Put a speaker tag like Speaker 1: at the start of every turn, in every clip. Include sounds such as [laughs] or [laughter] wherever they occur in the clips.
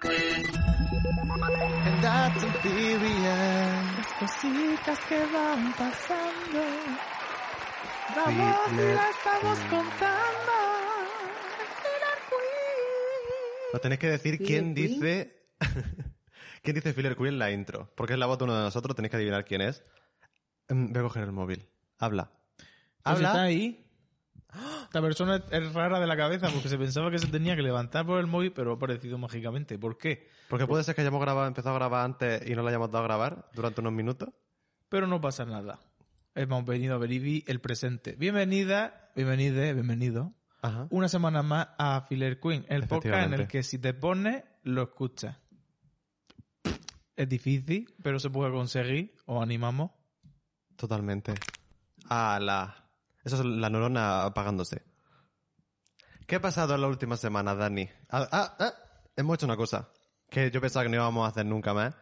Speaker 1: Pues Las cositas que van pasando. Vamos y la estamos
Speaker 2: mm.
Speaker 1: contando.
Speaker 2: Nos tenéis que decir
Speaker 3: Filler
Speaker 2: quién
Speaker 3: Queen.
Speaker 2: dice. [laughs] ¿Quién dice Filler Queen en la intro? Porque es la voz de uno de nosotros, tenéis que adivinar quién es. Mm, Voy a coger el móvil. Habla.
Speaker 1: Pues
Speaker 2: Habla.
Speaker 1: está ahí. Esta persona es- es rara de la cabeza porque se pensaba que se tenía que levantar por el móvil, pero ha aparecido mágicamente. ¿Por qué?
Speaker 2: Porque puede ser que hayamos grabado, empezado a grabar antes y no la hayamos dado a grabar durante unos minutos.
Speaker 1: Pero no pasa nada. Hemos venido a Veribi el presente. Bienvenida, bienvenida, bienvenido.
Speaker 2: Ajá.
Speaker 1: Una semana más a Filler Queen, el podcast en el
Speaker 2: Efectivamente.
Speaker 1: que si te pones, lo escuchas. Es difícil, pero se puede conseguir. Os animamos.
Speaker 2: Totalmente. A la. Eso es la neurona apagándose. ¿Qué ha pasado en la última semana, Dani? Ah, ah, ah, Hemos hecho una cosa que yo pensaba que no íbamos a hacer nunca más,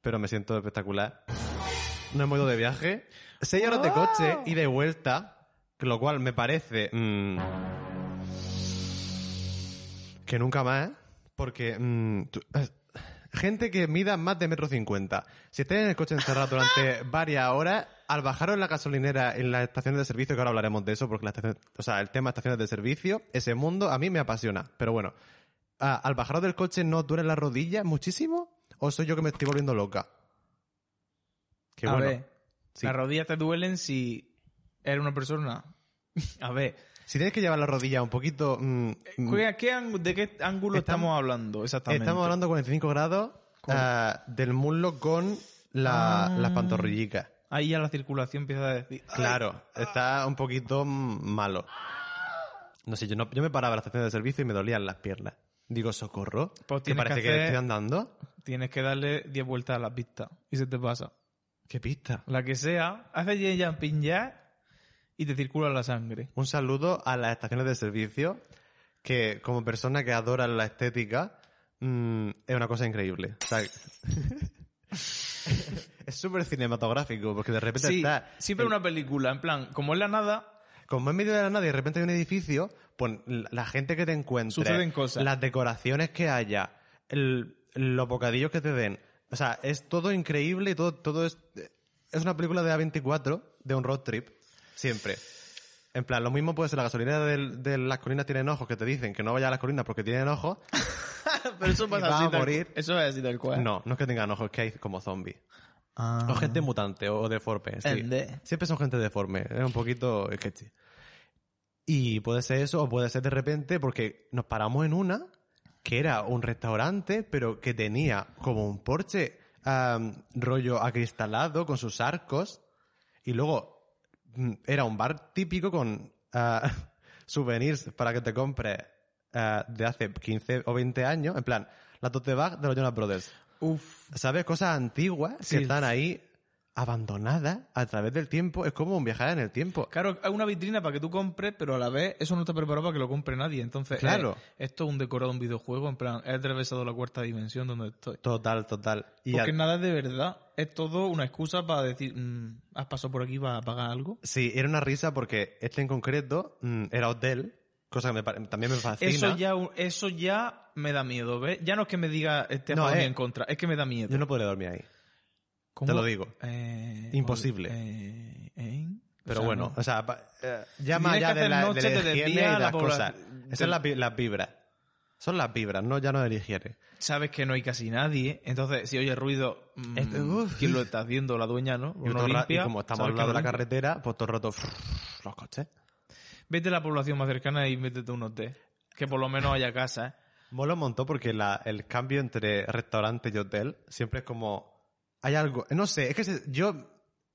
Speaker 2: pero me siento espectacular. Nos hemos ido de viaje, seis horas de coche y de vuelta, lo cual me parece mm, que nunca más, porque mm, tú- Gente que mida más de metro cincuenta. Si estáis en el coche encerrado durante varias horas, al bajaros en la gasolinera en las estaciones de servicio, que ahora hablaremos de eso, porque las estaciones- o sea, el tema estaciones de servicio, ese mundo a mí me apasiona. Pero bueno, ah, al bajaros del coche no os duelen las rodillas muchísimo, o soy yo que me estoy volviendo loca. Qué
Speaker 1: a
Speaker 2: bueno.
Speaker 1: ver,
Speaker 2: Sí.
Speaker 1: las rodillas te duelen si eres una persona. [laughs] A ver,
Speaker 2: Si tienes que llevar la rodilla un poquito.
Speaker 1: Eh,
Speaker 2: mm, mm,
Speaker 1: ¿qué- qué ángu- ¿de qué ángulo estamos,
Speaker 2: Estamos-
Speaker 1: hablando exactamente?
Speaker 2: estamos hablando 45 grados
Speaker 1: ¿Cómo?
Speaker 2: ah, del muslo con la-
Speaker 1: Ah.
Speaker 2: las pantorrillicas.
Speaker 1: Ahí ya la circulación empieza a decir. "Ay".
Speaker 2: Claro, está un poquito mm, malo. No sé, yo, no, yo me paraba en la estación de servicio y me dolían las piernas. Digo, socorro.
Speaker 1: Pues
Speaker 2: que
Speaker 1: tienes que
Speaker 2: parece que,
Speaker 1: hacer-
Speaker 2: estoy andando.
Speaker 1: Tienes que darle 10 vueltas a las pistas y se te pasa.
Speaker 2: ¡Qué pista!
Speaker 1: La que sea, haces yin yang, pin yang y te circula la sangre.
Speaker 2: Un saludo a las estaciones de servicio, que como persona que adora la estética, mm, es una cosa increíble. O sea, [laughs] es súper cinematográfico, porque de repente
Speaker 1: Sí,
Speaker 2: está...
Speaker 1: siempre
Speaker 2: el-
Speaker 1: una película, en plan, como es la nada,
Speaker 2: Como en medio de la nada y de repente hay un edificio, pues la la gente que te encuentre,
Speaker 1: Suceden cosas.
Speaker 2: las decoraciones que haya, el- los bocadillos que te den. O sea, es todo increíble y todo, todo es. eh, Es una película de A24, de un road trip, siempre. En plan, lo mismo puede ser la gasolinera del- de, las colinas tienen ojos, que te dicen que no vaya a las colinas porque tienen ojos.
Speaker 1: [laughs] Pero eso
Speaker 2: Y
Speaker 1: pasa
Speaker 2: va
Speaker 1: así.
Speaker 2: a
Speaker 1: tal-
Speaker 2: morir.
Speaker 1: Eso es así tal cual.
Speaker 2: No, no es que tengan ojos, es que hay como zombies.
Speaker 1: Ah.
Speaker 2: O gente mutante o deforme. sí.
Speaker 1: Ende.
Speaker 2: Siempre son gente deforme. Es un poquito sketchy. Y puede ser eso, o puede ser de repente, porque nos paramos en una que era un restaurante, pero que tenía como un porche am, rollo acristalado con sus arcos. Y luego mm, era un bar típico con ah, [laughs] souvenirs para que te compres ah, de hace 15 o 20 años. En plan, la tote bag de los Jonas Brothers.
Speaker 1: Uf.
Speaker 2: ¿Sabes? Cosas antiguas
Speaker 1: Sí.
Speaker 2: que están ahí abandonadas a través del tiempo. Es como un viajar en el tiempo.
Speaker 1: Claro, hay una vitrina para que tú compres, pero a la vez eso no está preparado para que lo compre nadie. Entonces,
Speaker 2: Claro.
Speaker 1: eh, esto es un decorado, un videojuego, en plan, he atravesado la cuarta dimensión donde estoy.
Speaker 2: Total, total. Y
Speaker 1: Porque
Speaker 2: a-
Speaker 1: nada es de verdad. Es todo una excusa para decir, mm, has pasado por aquí para pagar algo.
Speaker 2: Sí, era una risa porque este en concreto mm, era hotel, cosa que me pare- también me fascina.
Speaker 1: Eso ya, eso ya me da miedo, ¿ves? Ya no es que me diga, eh, te has
Speaker 2: No,
Speaker 1: pagado
Speaker 2: eh.
Speaker 1: en contra, es que me da miedo.
Speaker 2: Yo no podría dormir ahí.
Speaker 1: ¿Cómo?
Speaker 2: te lo digo.
Speaker 1: Eh,
Speaker 2: Imposible.
Speaker 1: eh, ¿eh? O
Speaker 2: Pero
Speaker 1: sea,
Speaker 2: bueno,
Speaker 1: no.
Speaker 2: o sea, pa- eh, ya más
Speaker 1: tienes
Speaker 2: allá
Speaker 1: que
Speaker 2: de la,
Speaker 1: hacer
Speaker 2: de
Speaker 1: noche,
Speaker 2: la
Speaker 1: te
Speaker 2: higiene y
Speaker 1: desvía
Speaker 2: de
Speaker 1: la
Speaker 2: las
Speaker 1: pobla-
Speaker 2: cosas.
Speaker 1: te-
Speaker 2: Esas son las, vi- las vibras. Son las vibras, no ya no de la higiene.
Speaker 1: sabes que no hay casi nadie. Entonces, si oye ruido, mm,
Speaker 2: Este- uf.
Speaker 1: ¿quién lo está haciendo? La dueña, ¿no?
Speaker 2: Y,
Speaker 1: Uno
Speaker 2: todo el ra- y
Speaker 1: limpia,
Speaker 2: como estamos
Speaker 1: sabes
Speaker 2: al
Speaker 1: que
Speaker 2: lado de
Speaker 1: lo
Speaker 2: la
Speaker 1: limpia.
Speaker 2: carretera, pues todo el rato [laughs] los coches.
Speaker 1: Vete a la población más cercana y métete un hotel. Que por lo menos haya casa. ¿eh?
Speaker 2: Mola un montón porque la- el cambio entre restaurante y hotel siempre es como. Hay algo. No sé, es que se- yo.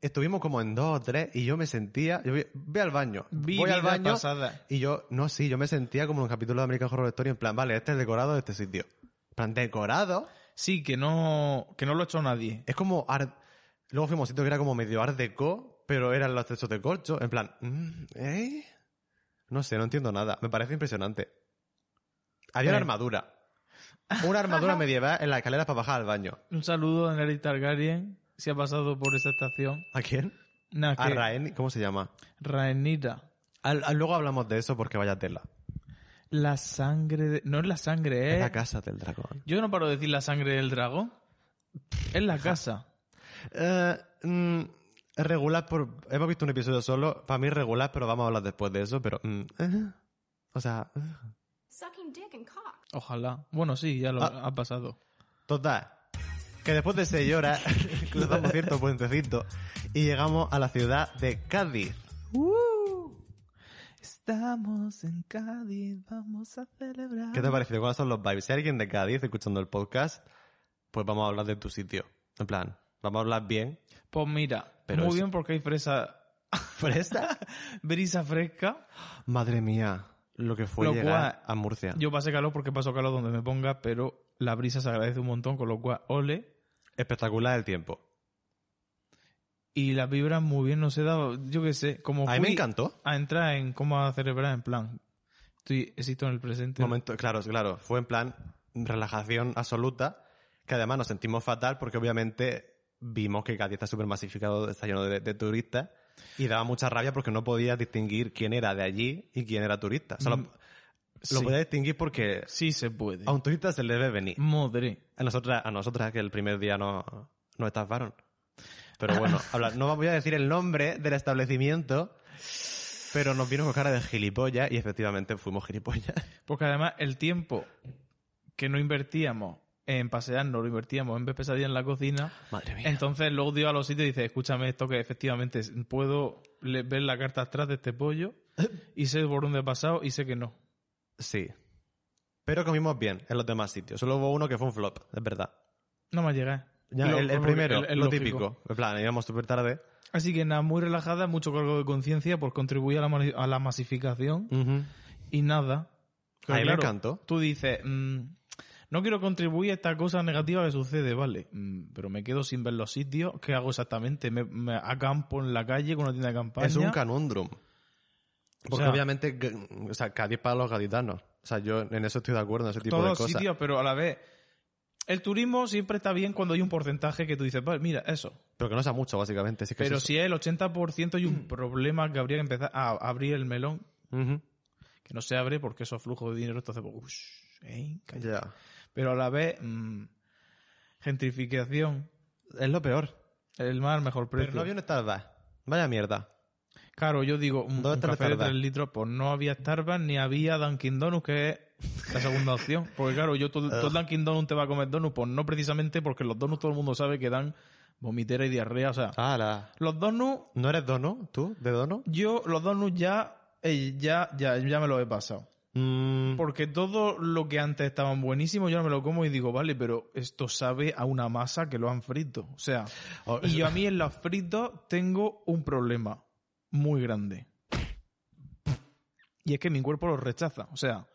Speaker 2: Estuvimos como en dos o tres y yo me sentía. Yo voy, voy al baño.
Speaker 1: Vi
Speaker 2: voy al
Speaker 1: vida
Speaker 2: baño.
Speaker 1: pasada.
Speaker 2: Y yo, no, sí, yo me sentía como en un capítulo de American Horror Story en plan, vale, este es el decorado de este sitio. En plan, decorado.
Speaker 1: Sí, que no, que no lo ha hecho nadie.
Speaker 2: Es como. art- Luego fuimos a un sitio que era como medio art deco, pero eran los techos de corcho. En plan, mm, ¿eh? No sé, no entiendo nada. Me parece impresionante. Había una
Speaker 1: Eh.
Speaker 2: armadura. Una [laughs] armadura medieval en las escaleras para bajar al baño.
Speaker 1: Un saludo a Nery Targaryen, si ha pasado por esta estación.
Speaker 2: ¿A quién?
Speaker 1: Nada,
Speaker 2: A
Speaker 1: que
Speaker 2: Raen, ¿cómo se llama?
Speaker 1: Rhaenyra.
Speaker 2: Al- al- luego hablamos de eso porque vaya tela.
Speaker 1: La sangre de- No es la sangre,
Speaker 2: Es Eh.
Speaker 1: es...
Speaker 2: la casa del dragón.
Speaker 1: Yo no paro de decir la sangre del dragón. Es la casa.
Speaker 2: Eh, mm, regular por... Hemos visto un episodio solo, para mí regular, pero vamos a hablar después de eso, pero... mm, eh. o sea... eh.
Speaker 3: sucking dick and cock.
Speaker 1: Ojalá. Bueno, sí, ya lo
Speaker 2: Ah.
Speaker 1: ha pasado.
Speaker 2: Total. Que después de seis horas [laughs] cruzamos cierto puentecito y llegamos a la ciudad de Cádiz.
Speaker 1: Estamos en Cádiz, vamos a celebrar.
Speaker 2: ¿Qué te ha parecido? ¿Cuáles son los vibes? Si hay alguien de Cádiz escuchando el podcast, pues vamos a hablar de tu sitio. En plan, vamos a hablar bien.
Speaker 1: Pues mira,
Speaker 2: Pero
Speaker 1: muy
Speaker 2: es-
Speaker 1: bien porque hay fresa. [laughs] ¿Fresa? Brisa fresca.
Speaker 2: Madre mía, lo que fue
Speaker 1: Lo
Speaker 2: llegar
Speaker 1: cual-
Speaker 2: a Murcia.
Speaker 1: Yo pasé calor porque paso calor donde me ponga, pero la brisa se agradece un montón, con lo cual, ole.
Speaker 2: Espectacular el tiempo.
Speaker 1: Y las vibras muy bien, no sé, daba, yo qué sé, como
Speaker 2: A mí me
Speaker 1: fui
Speaker 2: encantó.
Speaker 1: a entrar en coma cerebral, en plan, estoy, existo en el presente.
Speaker 2: Momento, claro, claro. Fue en plan relajación absoluta, que además nos sentimos fatal porque obviamente vimos que Cádiz está súper masificado, está lleno de, de turistas y daba mucha rabia porque no podías distinguir quién era de allí y quién era turista. O sea, lo,
Speaker 1: Mm,
Speaker 2: lo
Speaker 1: sí.
Speaker 2: podías distinguir porque
Speaker 1: Sí Mm. se puede.
Speaker 2: a un turista se le debe venir.
Speaker 1: Madre.
Speaker 2: A nosotras, a nosotras que el primer día no nos estafaron. Pero
Speaker 1: [laughs]
Speaker 2: bueno, habla- no voy a decir el nombre del establecimiento, pero nos vino con cara de gilipollas y efectivamente fuimos gilipollas.
Speaker 1: Porque además el tiempo que no invertíamos en pasearnos, lo invertíamos en ver pesadillas en la cocina.
Speaker 2: Madre
Speaker 1: Entonces luego dio a los sitios y dice, escúchame esto que efectivamente puedo le- ver la carta atrás de este pollo
Speaker 2: [laughs]
Speaker 1: y sé por dónde he pasado y sé que no.
Speaker 2: Sí. Pero comimos bien en los demás sitios. Solo hubo uno que fue un flop, es verdad.
Speaker 1: No me ha llegado.
Speaker 2: Ya,
Speaker 1: Lo-
Speaker 2: el, el
Speaker 1: lo-
Speaker 2: primero,
Speaker 1: el- el
Speaker 2: lo
Speaker 1: lógico.
Speaker 2: típico. En plan, íbamos súper tarde.
Speaker 1: Así que nada, muy relajada, mucho cargo de conciencia por contribuir a la, mani- a la masificación y nada.
Speaker 2: A mí me
Speaker 1: Claro,
Speaker 2: encantó.
Speaker 1: Tú dices, mm, no quiero contribuir a esta cosa negativa que sucede, vale, mm, pero me quedo sin ver los sitios. ¿Qué hago exactamente? ¿Me, me acampo en la calle con una tienda de campaña?
Speaker 2: Es un canundrum. Porque
Speaker 1: sea-
Speaker 2: obviamente, g- o sea, Cádiz para los gaditanos. O sea, yo en eso estoy de acuerdo, en ese tipo
Speaker 1: Todos
Speaker 2: de
Speaker 1: los
Speaker 2: cosas.
Speaker 1: sitios, pero a la vez. El turismo siempre está bien cuando hay un porcentaje que tú dices, vale, mira, eso.
Speaker 2: Pero que no sea mucho, básicamente. Sí que
Speaker 1: Pero
Speaker 2: es eso.
Speaker 1: si es el 80% hay
Speaker 2: [clears throat]
Speaker 1: un problema que habría que empezar a abrir el melón,
Speaker 2: Ujú.
Speaker 1: que no se abre porque esos flujos de dinero, entonces, pues, ush, eh, calla.
Speaker 2: Ya.
Speaker 1: Pero a la vez, mm, gentrificación,
Speaker 2: Es lo peor.
Speaker 1: el mar, mejor precio.
Speaker 2: Pero no había un Starbucks. Vaya mierda.
Speaker 1: Claro, yo digo, un,
Speaker 2: ¿Dónde
Speaker 1: un
Speaker 2: está el
Speaker 1: café de
Speaker 2: Starbucks?
Speaker 1: 3 litros, pues no había Starbucks ni había Dunkin' Donuts, que es la segunda opción. Porque claro, yo todo,
Speaker 2: Ah.
Speaker 1: todo Dunkin' Donuts te va a comer donuts, pues no precisamente porque los donuts todo el mundo sabe que dan vomitera y diarrea, o sea,
Speaker 2: Ah. Ala.
Speaker 1: los donuts,
Speaker 2: ¿No eres dono? ¿Tú? ¿De dono?
Speaker 1: yo los donuts ya, eh, ya, ya, ya me los he pasado.
Speaker 2: Mm,
Speaker 1: Porque todo lo que antes estaban buenísimos, yo no me lo como y digo, vale, pero esto sabe a una masa que lo han frito. O sea,
Speaker 2: oh,
Speaker 1: y yo a
Speaker 2: [laughs]
Speaker 1: mí en los fritos tengo un problema muy grande. Y es que mi cuerpo los rechaza. O sea,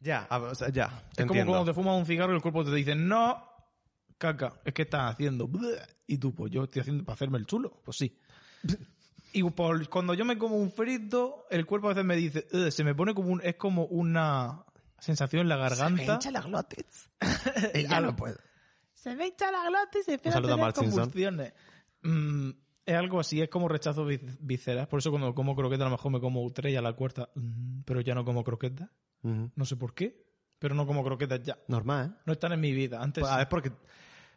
Speaker 2: Ya, a- o sea, ya.
Speaker 1: es
Speaker 2: entiendo.
Speaker 1: como cuando te fumas un cigarro y el cuerpo te dice, no, caca, es que estás haciendo. Y tú, pues yo estoy haciendo para hacerme el chulo. Pues
Speaker 2: [laughs]
Speaker 1: sí. Y por- cuando yo me como un frito, el cuerpo a veces me dice, "Ugh", se me pone como un, es como una sensación en la garganta. [laughs]
Speaker 2: la glotis. [laughs] ya no puedo.
Speaker 1: Se me hincha la glotis y
Speaker 2: a
Speaker 1: empieza
Speaker 2: saludo a tener Mark Simpson.
Speaker 1: Mm, es algo así, es como rechazo vis- visceral. Por eso cuando como croqueta a lo mejor me como tres y a la cuarta, mm, pero ya no como croquetas. No sé por qué, pero no como croquetas ya.
Speaker 2: Normal, ¿eh?
Speaker 1: No están en mi vida. Antes,
Speaker 2: Pues, a ver, porque...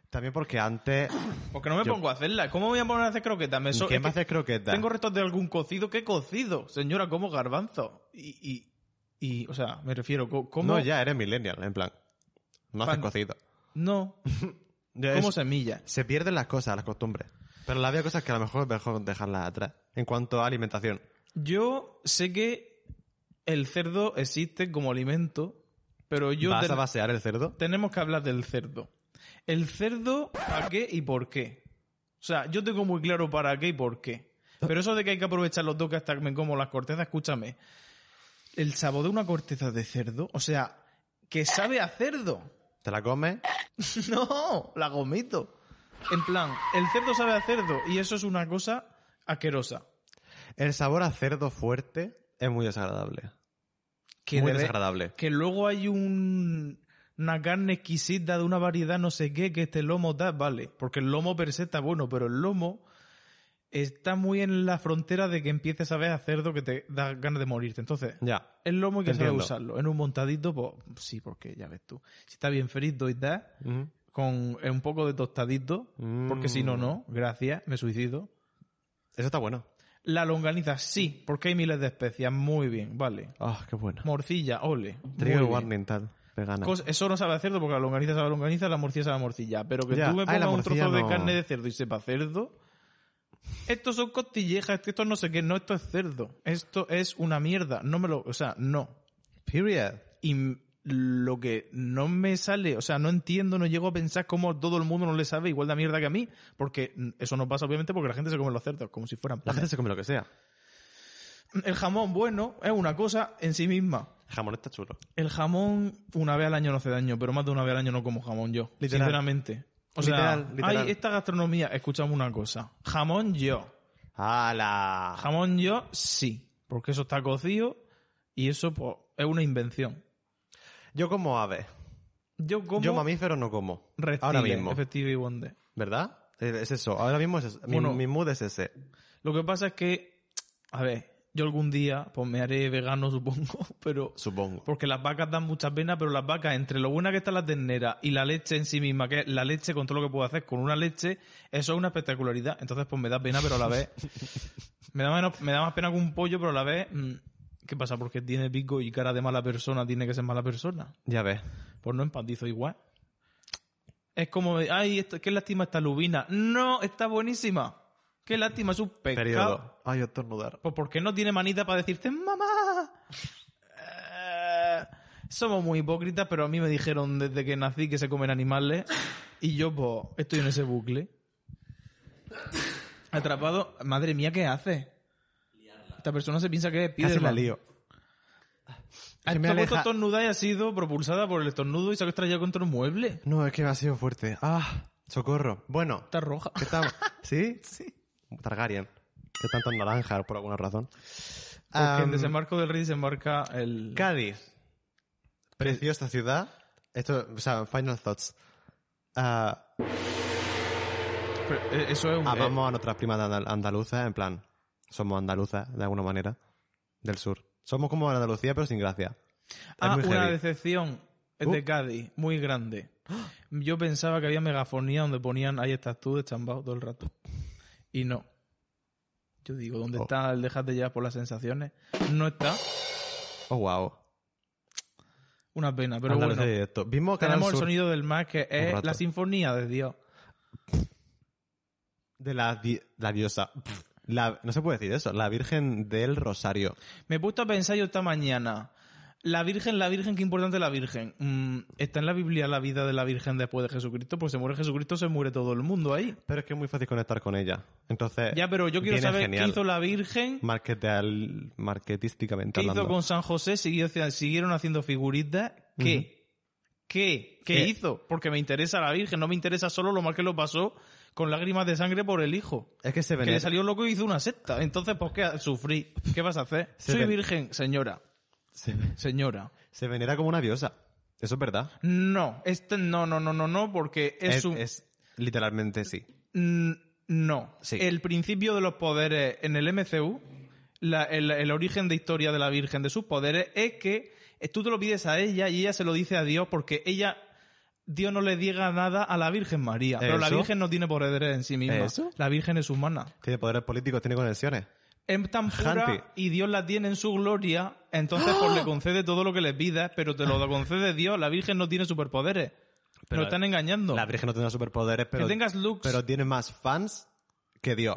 Speaker 2: También porque antes...
Speaker 1: porque no me
Speaker 2: yo-
Speaker 1: pongo a hacerlas. ¿Cómo voy a poner a hacer croquetas? Me so-
Speaker 2: ¿Quién
Speaker 1: es
Speaker 2: va a
Speaker 1: que
Speaker 2: hacer croquetas?
Speaker 1: Tengo restos de algún cocido. ¿Qué cocido? Señora, como garbanzo. Y, y, y, o sea, me refiero, co- ¿cómo?
Speaker 2: No, ya eres millennial, en plan. No haces
Speaker 1: Pan-
Speaker 2: cocido.
Speaker 1: No,
Speaker 2: Ya
Speaker 1: como
Speaker 2: es-
Speaker 1: semillas.
Speaker 2: se pierden las cosas, las costumbres. Pero había cosas que a lo mejor es mejor dejarlas atrás. En cuanto a alimentación.
Speaker 1: Yo sé que el cerdo existe como alimento Pero yo
Speaker 2: ¿Vas
Speaker 1: te-
Speaker 2: a basear el cerdo?
Speaker 1: tenemos que hablar del cerdo. El cerdo, ¿para qué y por qué? O sea, yo tengo muy claro para qué y por qué. Pero eso de que hay que aprovechar los dos que hasta me como las cortezas, escúchame. El sabor de una corteza de cerdo, o sea, que sabe a cerdo. [laughs]
Speaker 2: ¿Te la comes?
Speaker 1: No, la gomito. En plan, el cerdo sabe a cerdo y eso es una cosa asquerosa.
Speaker 2: El sabor a cerdo fuerte es muy desagradable.
Speaker 1: Que
Speaker 2: muy
Speaker 1: debe-
Speaker 2: desagradable.
Speaker 1: que luego hay un- una carne exquisita de una variedad no sé qué que este lomo da, vale, porque el lomo per se está bueno, pero el lomo está muy en la frontera de que empieces a ver a cerdo que te da ganas de morirte. Entonces,
Speaker 2: Ya.
Speaker 1: el lomo hay que
Speaker 2: Te
Speaker 1: saber
Speaker 2: entiendo.
Speaker 1: usarlo. En un montadito, pues sí, porque ya ves tú. Si está bien frito y tal,
Speaker 2: Ujú.
Speaker 1: con eh, un poco de tostadito, porque si no,
Speaker 2: Mm.
Speaker 1: no, gracias, me suicido.
Speaker 2: Eso está bueno.
Speaker 1: La longaniza, sí, porque hay miles de especias, muy bien, vale.
Speaker 2: Ah, qué bueno.
Speaker 1: Morcilla, ole. muy
Speaker 2: Trigger
Speaker 1: bien.
Speaker 2: warning tal. Vegana.
Speaker 1: Cos- eso no sabe a cerdo porque la longaniza sabe a longaniza, la morcilla sabe a morcilla. Pero que
Speaker 2: Ya.
Speaker 1: tú me
Speaker 2: Ay, la
Speaker 1: pongas un
Speaker 2: morcilla
Speaker 1: trozo de
Speaker 2: no.
Speaker 1: carne de cerdo y sepa cerdo. Estos son costillejas, esto no sé qué, no, esto es cerdo. Esto es una mierda. No me lo. O sea, no.
Speaker 2: Period.
Speaker 1: Y m- lo que no me sale, o sea, no entiendo, no llego a pensar cómo todo el mundo no le sabe igual de mierda que a mí. Porque mm, eso no pasa, obviamente, porque la gente se come los cerdos como si fueran
Speaker 2: La
Speaker 1: panes.
Speaker 2: gente se come lo que sea.
Speaker 1: El jamón, bueno, es una cosa en sí misma.
Speaker 2: El jamón está chulo.
Speaker 1: El jamón una vez al año no hace daño, pero más de una vez al año no como jamón yo,
Speaker 2: Literal.
Speaker 1: sinceramente. O
Speaker 2: Literal,
Speaker 1: sea,
Speaker 2: literal.
Speaker 1: hay esta gastronomía, escuchamos una cosa. Jamón yo.
Speaker 2: ¡Hala!
Speaker 1: Jamón yo sí, porque eso está cocido y eso pues, es una invención.
Speaker 2: Yo como ave.
Speaker 1: Yo como
Speaker 2: Yo mamífero no como.
Speaker 1: reptiles,
Speaker 2: Ahora mismo.
Speaker 1: efectivo y bonde.
Speaker 2: ¿Verdad? Eh, Es eso. Ahora mismo es eso. Mi,
Speaker 1: Bueno.
Speaker 2: mi mood es ese.
Speaker 1: Lo que pasa es que, a ver, yo algún día pues me haré vegano [laughs] supongo, pero
Speaker 2: Supongo.
Speaker 1: Porque las vacas dan mucha pena, pero las vacas, entre lo buena que está la ternera y la leche en sí misma, que es la leche con todo lo que puedo hacer con una leche, eso es una espectacularidad. Entonces, pues me da pena, pero a la vez. me, da menos, me da más pena que un pollo, pero a la vez. mm, ¿Qué pasa? Porque tiene pico y cara de mala persona, tiene que ser mala persona.
Speaker 2: Ya ves.
Speaker 1: Pues no empatizo igual. Es como, ay, esto, qué lástima esta lubina. No, está buenísima. Qué lástima, es un pescado.
Speaker 2: Periodo. Ay, estornudar.
Speaker 1: Pues porque no tiene manita para decirte, mamá. Eh, somos muy hipócritas, pero a mí me dijeron desde que nací que se comen animales. Y yo, pues, estoy en ese bucle. Atrapado. Madre mía, ¿qué hace? Esta persona se piensa que es
Speaker 2: Casi la
Speaker 1: Spiderman.
Speaker 2: lío.
Speaker 1: Ha
Speaker 2: Se me
Speaker 1: estado puesto
Speaker 2: aleja-
Speaker 1: estornuda y ha sido propulsada por el estornudo y se ha estrellado contra un mueble.
Speaker 2: No, es que me ha sido fuerte. ¡Ah! Socorro. Bueno.
Speaker 1: Está roja. [laughs]
Speaker 2: ¿Qué estamos? ¿Sí? Sí. Targaryen. Que tanto naranja por alguna razón.
Speaker 1: Porque en
Speaker 2: Am,
Speaker 1: desembarco del rey desembarca el...
Speaker 2: Cádiz. Preciosa ciudad. Esto, o sea, final thoughts. Ah,
Speaker 1: Pero, eh, Eso es un... eh,
Speaker 2: amamos Ah, a nuestras primas andal- andaluzas, en plan, somos andaluzas de alguna manera, del sur. Somos como Andalucía, pero sin gracia. Es
Speaker 1: Ah,
Speaker 2: muy
Speaker 1: una
Speaker 2: heavy.
Speaker 1: decepción de
Speaker 2: Uh. ¡Ah!
Speaker 1: Cádiz, muy grande. Yo pensaba que había megafonía donde ponían ahí estás tú de chambao todo el rato. Y no. Yo digo, ¿dónde
Speaker 2: Oh.
Speaker 1: está el dejarte llevar por las sensaciones? No está.
Speaker 2: Oh, wow.
Speaker 1: Una pena, pero
Speaker 2: Andalucía
Speaker 1: bueno.
Speaker 2: directo. Vimos Canal
Speaker 1: Tenemos el
Speaker 2: Sur
Speaker 1: sonido del mar que es
Speaker 2: rato.
Speaker 1: la sinfonía de Dios.
Speaker 2: de la, di- la diosa. Pff, la- no se puede decir eso. La Virgen del Rosario.
Speaker 1: Me he puesto a pensar yo esta mañana. La Virgen, la Virgen, qué importante la Virgen. Mm, está en la Biblia la vida de la Virgen después de Jesucristo, porque se muere Jesucristo, se muere todo el mundo ahí.
Speaker 2: Pero es que es muy fácil conectar con ella. Entonces,
Speaker 1: Ya, pero yo quiero
Speaker 2: Eh, viene
Speaker 1: saber
Speaker 2: genial.
Speaker 1: qué hizo la Virgen
Speaker 2: Marketeal-
Speaker 1: ¿Qué
Speaker 2: marketísticamente
Speaker 1: hizo
Speaker 2: hablando.
Speaker 1: con San José? Siguió- siguieron haciendo figuritas. ¿Qué? ¿Qué? ¿Qué
Speaker 2: ¿Qué?
Speaker 1: hizo? Porque me interesa la Virgen, no me interesa solo lo mal que lo pasó con lágrimas de sangre por el hijo.
Speaker 2: Es que se
Speaker 1: Que le
Speaker 2: venera,
Speaker 1: salió loco y hizo una secta. Entonces, ¿por qué sufrí? ¿Qué vas a hacer?
Speaker 2: [laughs] Se
Speaker 1: Soy
Speaker 2: ven-
Speaker 1: virgen, señora.
Speaker 2: se,
Speaker 1: Señora.
Speaker 2: se venera como una diosa. Eso es verdad.
Speaker 1: No, este no, no, no, no, no, porque es, un.
Speaker 2: es literalmente sí.
Speaker 1: Mm, No.
Speaker 2: Sí.
Speaker 1: El principio de los poderes en el MCU, la- el, el origen de historia de la Virgen de sus poderes, es que eh, tú te lo pides a ella y ella se lo dice a Dios porque ella. Dios no le diga nada a la Virgen María. Pero la
Speaker 2: ¿Eso?
Speaker 1: Virgen no tiene poderes en sí misma.
Speaker 2: ¿Eso?
Speaker 1: La Virgen es humana.
Speaker 2: Tiene poderes políticos, tiene conexiones.
Speaker 1: Es tan pura
Speaker 2: Gente.
Speaker 1: y Dios la tiene en su gloria, entonces pues le concede todo lo que le pidas, pero te lo concede Dios. La Virgen no tiene superpoderes.
Speaker 2: Ah. Pero
Speaker 1: Nos están engañando.
Speaker 2: La Virgen no tendrá superpoderes, pero,
Speaker 1: que tengas looks.
Speaker 2: pero tiene más fans que Dios.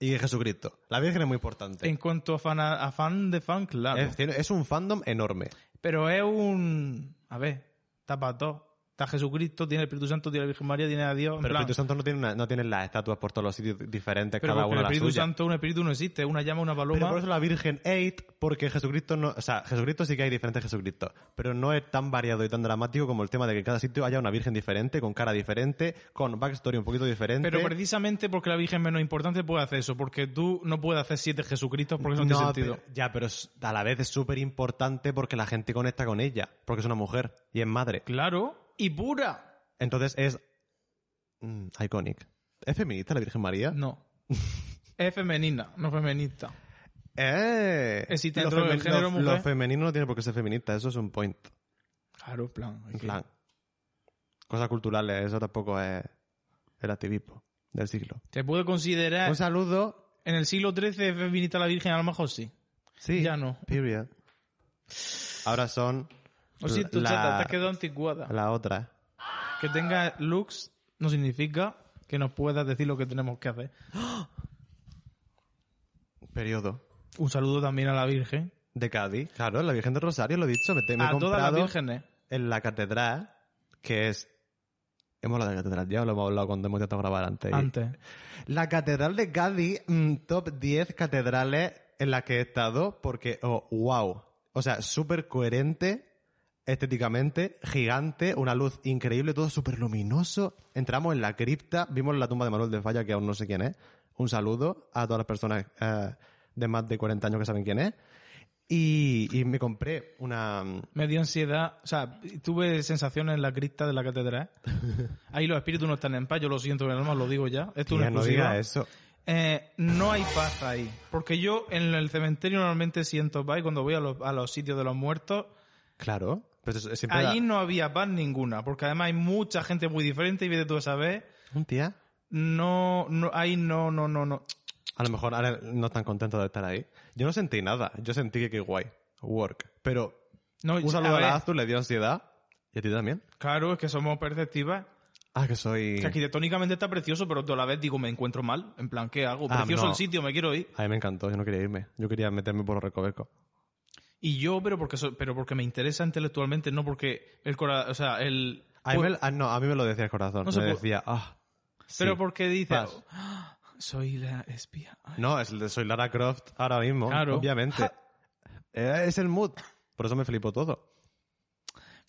Speaker 2: Y que Jesucristo. La Virgen es muy importante.
Speaker 1: En cuanto a fan, a fan de fan, claro.
Speaker 2: Es, tiene- es un fandom enorme.
Speaker 1: Pero es un. A ver, está para todo. Está Jesucristo, tiene el Espíritu Santo, tiene la Virgen María, tiene a Dios. en
Speaker 2: Pero el
Speaker 1: plan-
Speaker 2: Espíritu Santo no tiene, una- no tiene las estatuas por todos los sitios diferentes,
Speaker 1: pero
Speaker 2: cada
Speaker 1: porque
Speaker 2: una
Speaker 1: el
Speaker 2: la
Speaker 1: Espíritu
Speaker 2: suya.
Speaker 1: Santo, un espíritu no existe, es una llama, una paloma.
Speaker 2: Pero por eso la Virgen 8, porque Jesucristo no. O sea, Jesucristo sí que hay diferentes Jesucristos, pero no es tan variado y tan dramático como el tema de que en cada sitio haya una Virgen diferente, con cara diferente, con backstory un poquito diferente.
Speaker 1: Pero precisamente porque la Virgen menos importante puede hacer eso, porque tú no puedes hacer siete Jesucristos porque eso no, tiene sentido.
Speaker 2: pero- ya, pero es- a la vez es súper importante porque la gente conecta con ella, porque es una mujer y es madre.
Speaker 1: Claro, y pura.
Speaker 2: Entonces es. mm, iconic. ¿Es feminista la Virgen María? [laughs]
Speaker 1: No. es femenina, no feminista.
Speaker 2: ¡Eh!
Speaker 1: Existe dentro del género
Speaker 2: lo-
Speaker 1: mujer.
Speaker 2: lo femenino no tiene por qué ser feminista, eso es un point.
Speaker 1: Claro, plan. es
Speaker 2: En
Speaker 1: que-
Speaker 2: plan. Cosas culturales, eso tampoco es el activismo del siglo.
Speaker 1: Te puede considerar.
Speaker 2: Un saludo.
Speaker 1: en el siglo XIII es feminista la Virgen, a lo mejor sí.
Speaker 2: Sí.
Speaker 1: Ya no.
Speaker 2: Period. Ahora son.
Speaker 1: O si tú
Speaker 2: la,
Speaker 1: chata, te has quedado anticuada.
Speaker 2: la otra.
Speaker 1: Que tenga looks no significa que nos puedas decir lo que tenemos que hacer.
Speaker 2: Periodo.
Speaker 1: Un saludo también a la Virgen.
Speaker 2: De Cádiz. Claro, la Virgen de Rosario, lo he dicho. Me, te- me he
Speaker 1: a todas las
Speaker 2: comprado
Speaker 1: vírgenes.
Speaker 2: en la catedral, que es. Hemos hablado de la catedral ya, o lo hemos hablado cuando hemos intentado grabar antes. Y-
Speaker 1: Antes.
Speaker 2: La catedral de Cádiz, mm, top 10 catedrales en las que he estado, porque, oh, wow. O sea, súper coherente, estéticamente, gigante, una luz increíble, todo súper luminoso. Entramos en la cripta, vimos la tumba de Manuel de Falla, que aún no sé quién es. Un saludo a todas las personas eh, de más de 40 años que saben quién es. Y, y me compré una...
Speaker 1: Me dio ansiedad, o sea, tuve sensaciones en la cripta de la
Speaker 2: [laughs]
Speaker 1: catedral. Ahí los espíritus no están en paz, yo lo siento, mi alma, os lo digo ya. Esto es una
Speaker 2: Tía, no
Speaker 1: exclusiva.
Speaker 2: diga eso.
Speaker 1: Eh, no hay paz ahí. Porque yo en el cementerio normalmente siento paz y cuando voy a los, a los sitios de los muertos,
Speaker 2: Claro. Pero eso- siempre da-
Speaker 1: allí no había paz ninguna. Porque además hay mucha gente muy diferente y vete tú a saber.
Speaker 2: Un tía.
Speaker 1: No, no, ahí no, no, no, no.
Speaker 2: A lo mejor ahora no están contentos de estar ahí. Yo no sentí nada. Yo sentí que qué guay. Work. Pero
Speaker 1: no
Speaker 2: un saludo
Speaker 1: a
Speaker 2: a la
Speaker 1: ver,
Speaker 2: Azul le dio ansiedad. ¿Y a ti también?
Speaker 1: Claro, es que somos perceptivas.
Speaker 2: Ah, que soy...
Speaker 1: Que arquitectónicamente está precioso, pero a la vez digo, me encuentro mal. En plan, ¿qué hago?
Speaker 2: Ah,
Speaker 1: Precioso
Speaker 2: no.
Speaker 1: el sitio, me quiero ir.
Speaker 2: A mí me encantó. Yo no quería irme. Yo quería meterme por los recovecos.
Speaker 1: Y yo, pero porque so- pero porque me interesa intelectualmente, no porque el cora- o sea, el
Speaker 2: A mí,
Speaker 1: Pues-
Speaker 2: me, ah, no, a mí me lo decía el corazón.
Speaker 1: No se
Speaker 2: me
Speaker 1: puede-
Speaker 2: decía... Ah,
Speaker 1: pero
Speaker 2: sí.
Speaker 1: porque dice
Speaker 2: Vas.
Speaker 1: "Ah, soy la espía. Ay,
Speaker 2: No, es, soy Lara Croft ahora mismo.
Speaker 1: Claro.
Speaker 2: Obviamente. Eh, es el mood. Por eso me flipó todo.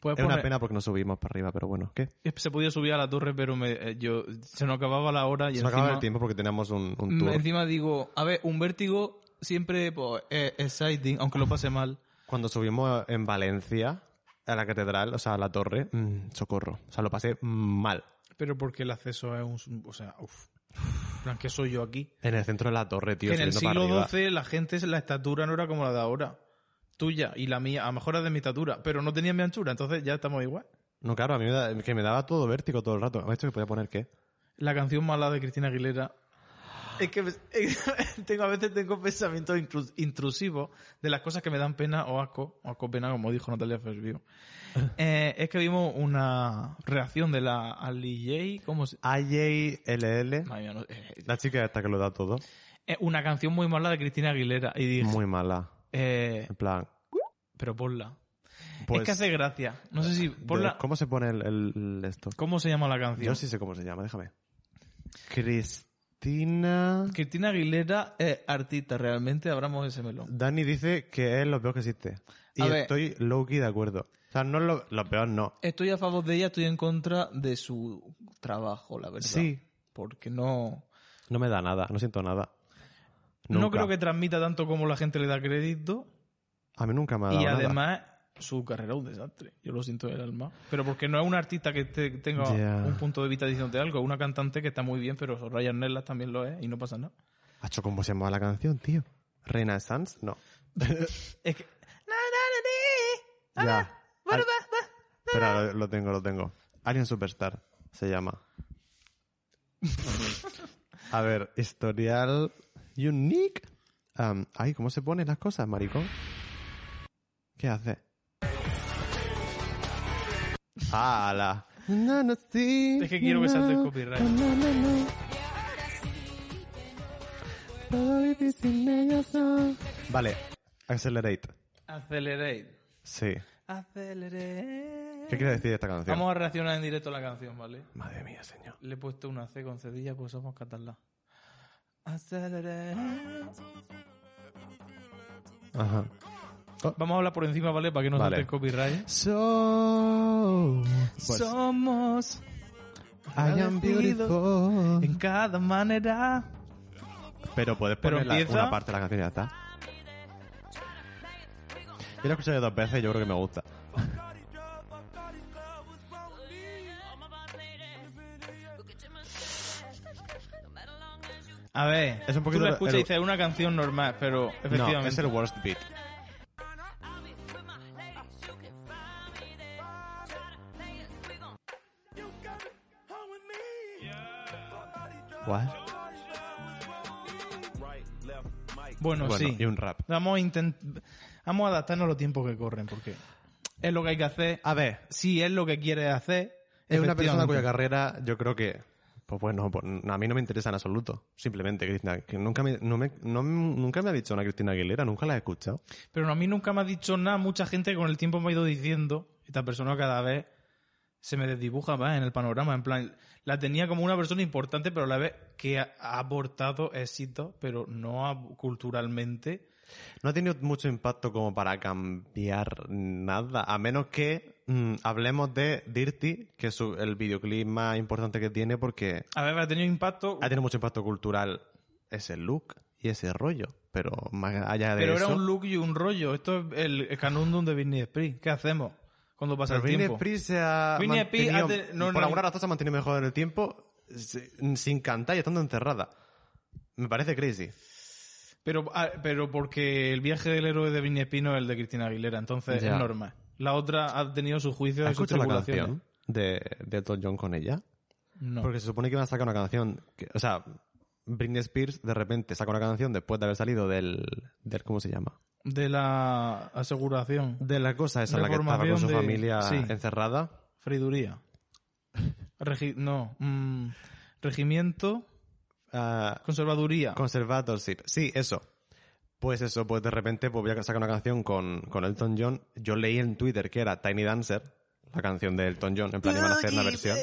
Speaker 1: puedes
Speaker 2: Es una
Speaker 1: poner-
Speaker 2: pena porque no subimos para arriba, pero bueno, ¿qué?
Speaker 1: se podía subir a la torre, pero me, eh, yo se nos acababa la hora y
Speaker 2: Se nos
Speaker 1: encima,
Speaker 2: acaba el tiempo porque teníamos un, un
Speaker 1: Mm,
Speaker 2: tour.
Speaker 1: encima digo, a ver, un vértigo siempre pues, es exciting, aunque lo pase mal.
Speaker 2: Cuando subimos en Valencia a la catedral, o sea, a la torre, mm, socorro. O sea, lo pasé mal.
Speaker 1: Pero porque el acceso es un, o sea, uff. En plan, ¿qué soy yo aquí?
Speaker 2: En el centro de la torre, tío.
Speaker 1: Que en el
Speaker 2: subiendo
Speaker 1: siglo
Speaker 2: para arriba.
Speaker 1: XII la gente, la estatura no era como la de ahora. Tuya y la mía, a lo mejor era de mi estatura, pero no tenía mi anchura, entonces ya estamos igual.
Speaker 2: No, claro, a mí me, da- que me daba todo vértigo todo el rato. ¿A esto que podía poner qué?
Speaker 1: La canción mala de Cristina Aguilera. Es que [laughs] tengo, a veces tengo pensamientos intru- intrusivos de las cosas que me dan pena o asco, o asco pena, como dijo Natalia
Speaker 2: [laughs]
Speaker 1: Fervio. es que vimos una reacción de la Ali J, ¿cómo se
Speaker 2: AJLL.
Speaker 1: Madre mía, no- eh,
Speaker 2: La chica esta que lo da todo.
Speaker 1: eh, Una canción muy mala de Cristina Aguilera. Y dije,
Speaker 2: Muy mala.
Speaker 1: eh,
Speaker 2: En plan.
Speaker 1: pero ponla.
Speaker 2: Pues, eh,
Speaker 1: es que hace gracia. No sé si
Speaker 2: de-
Speaker 1: ponla.
Speaker 2: ¿Cómo se pone el, el- esto?
Speaker 1: ¿Cómo se llama la
Speaker 2: Yo
Speaker 1: canción?
Speaker 2: sí sé cómo se llama, déjame. Cristina.
Speaker 1: Cristina Aguilera es artista, realmente abramos ese melón.
Speaker 2: Dani dice que es lo peor que existe. Y
Speaker 1: A ver.
Speaker 2: estoy low-key de acuerdo. O sea, no es lo, lo peor, no.
Speaker 1: Estoy a favor de ella, estoy en contra de su trabajo, la verdad.
Speaker 2: Sí.
Speaker 1: Porque no.
Speaker 2: No me da nada, no siento nada.
Speaker 1: No
Speaker 2: Nunca.
Speaker 1: creo que transmita tanto como la gente le da crédito.
Speaker 2: A mí nunca me ha dado
Speaker 1: Y
Speaker 2: nada.
Speaker 1: además, su carrera es un desastre. Yo lo siento del alma. Pero porque no es un artista que te- tenga
Speaker 2: Ya.
Speaker 1: un punto de vista diciéndote algo. Es una cantante que está muy bien, pero Soraya Nerlas también lo es y no pasa nada.
Speaker 2: Hacho, ¿cómo se llama la canción, tío? ¿Renaissance? No.
Speaker 1: [laughs] Es que. Ah,
Speaker 2: Ya. Al- Espera, lo, lo tengo, lo tengo. Alien Superstar se llama. A ver, historial unique. Um, ay, ¿cómo se ponen las cosas, maricón? ¿Qué hace?
Speaker 1: [laughs]
Speaker 2: ¡Hala!
Speaker 1: Es
Speaker 2: Es
Speaker 1: que quiero que salte el copyright.
Speaker 2: Vale, accelerate.
Speaker 1: Accelerate.
Speaker 2: Sí.
Speaker 1: Aceleré.
Speaker 2: ¿Qué quiere decir esta canción?
Speaker 1: Vamos a reaccionar en directo a la canción, ¿vale?
Speaker 2: Madre mía, señor.
Speaker 1: Le he puesto una C con cedilla, pues vamos a cantarla. Aceleré.
Speaker 2: Ajá.
Speaker 1: Vamos a hablar por encima, ¿vale? Para que no
Speaker 2: Vale.
Speaker 1: salte el copyright.
Speaker 2: So, pues,
Speaker 1: Somos
Speaker 2: I am beautiful.
Speaker 1: en cada manera.
Speaker 2: Pero puedes
Speaker 1: Pero
Speaker 2: poner la-
Speaker 1: empieza-
Speaker 2: una parte de la canción y ya está. Yo lo he escuchado dos veces y yo creo que me gusta.
Speaker 1: A ver,
Speaker 2: Es un poquito
Speaker 1: tú la
Speaker 2: de-
Speaker 1: escuchas
Speaker 2: el-
Speaker 1: y dices, es una canción normal, pero efectivamente.
Speaker 2: No, es el worst beat. What?
Speaker 1: Bueno,
Speaker 2: Bueno,
Speaker 1: sí.
Speaker 2: y un rap.
Speaker 1: Vamos a intent- vamos a adaptarnos a los tiempos que corren, porque es lo que hay que hacer.
Speaker 2: A ver,
Speaker 1: Si es lo que quieres hacer,
Speaker 2: es una persona
Speaker 1: efectivamente.
Speaker 2: cuya carrera yo creo que pues bueno pues, a mí no me interesa en absoluto simplemente Cristina que nunca me, no me, no- nunca me ha dicho una Cristina Aguilera nunca la he escuchado
Speaker 1: Pero a mí nunca me ha dicho nada, mucha gente con el tiempo me ha ido diciendo, esta persona cada vez se me desdibuja más en el panorama, en plan, la tenía como una persona importante, pero a la vez que ha ha aportado éxito, pero no ha- culturalmente.
Speaker 2: no ha tenido mucho impacto como para cambiar nada a menos que mm, hablemos de Dirty que es su- el videoclip más importante que tiene porque
Speaker 1: A ver, ha tenido impacto,
Speaker 2: ha tenido mucho impacto cultural ese look y ese rollo pero más allá de
Speaker 1: pero
Speaker 2: eso
Speaker 1: era un look y un rollo. Esto es el, el canundum de Britney Spears. ¿Qué hacemos cuando pasa
Speaker 2: Pero
Speaker 1: el
Speaker 2: Britney
Speaker 1: tiempo?
Speaker 2: Spears se ha
Speaker 1: Britney Spears
Speaker 2: mantenido-
Speaker 1: ha ten- no,
Speaker 2: por
Speaker 1: no,
Speaker 2: alguna
Speaker 1: no.
Speaker 2: razón se ha mantenido mejor en el tiempo se- sin cantar y estando encerrada. Me parece crazy.
Speaker 1: Pero, ah, pero porque el viaje del héroe de Britney Spears no es el de Cristina Aguilera, entonces
Speaker 2: Ya.
Speaker 1: es normal. La otra ha tenido su juicio
Speaker 2: ¿Has
Speaker 1: y sus
Speaker 2: escuchado la
Speaker 1: tribulaciones.
Speaker 2: canción de, de Elton John con ella?
Speaker 1: No.
Speaker 2: Porque se supone que iban a sacar una canción. que- o sea, Britney Spears de repente saca una canción después de haber salido del. del ¿Cómo se llama?
Speaker 1: De la aseguración.
Speaker 2: De la cosa esa, en la que estaba con
Speaker 1: Reformación
Speaker 2: su
Speaker 1: de-
Speaker 2: familia
Speaker 1: sí.
Speaker 2: encerrada.
Speaker 1: Freiduría. Regi- no. mm, regimiento.
Speaker 2: Ah,
Speaker 1: Conservaduría.
Speaker 2: Conservatorship. Sí, eso. Pues eso, pues de repente pues voy a sacar una canción con, con Elton John. Yo leí en Twitter que era Tiny Dancer, la canción de Elton John. En plan, iban a hacer una versión.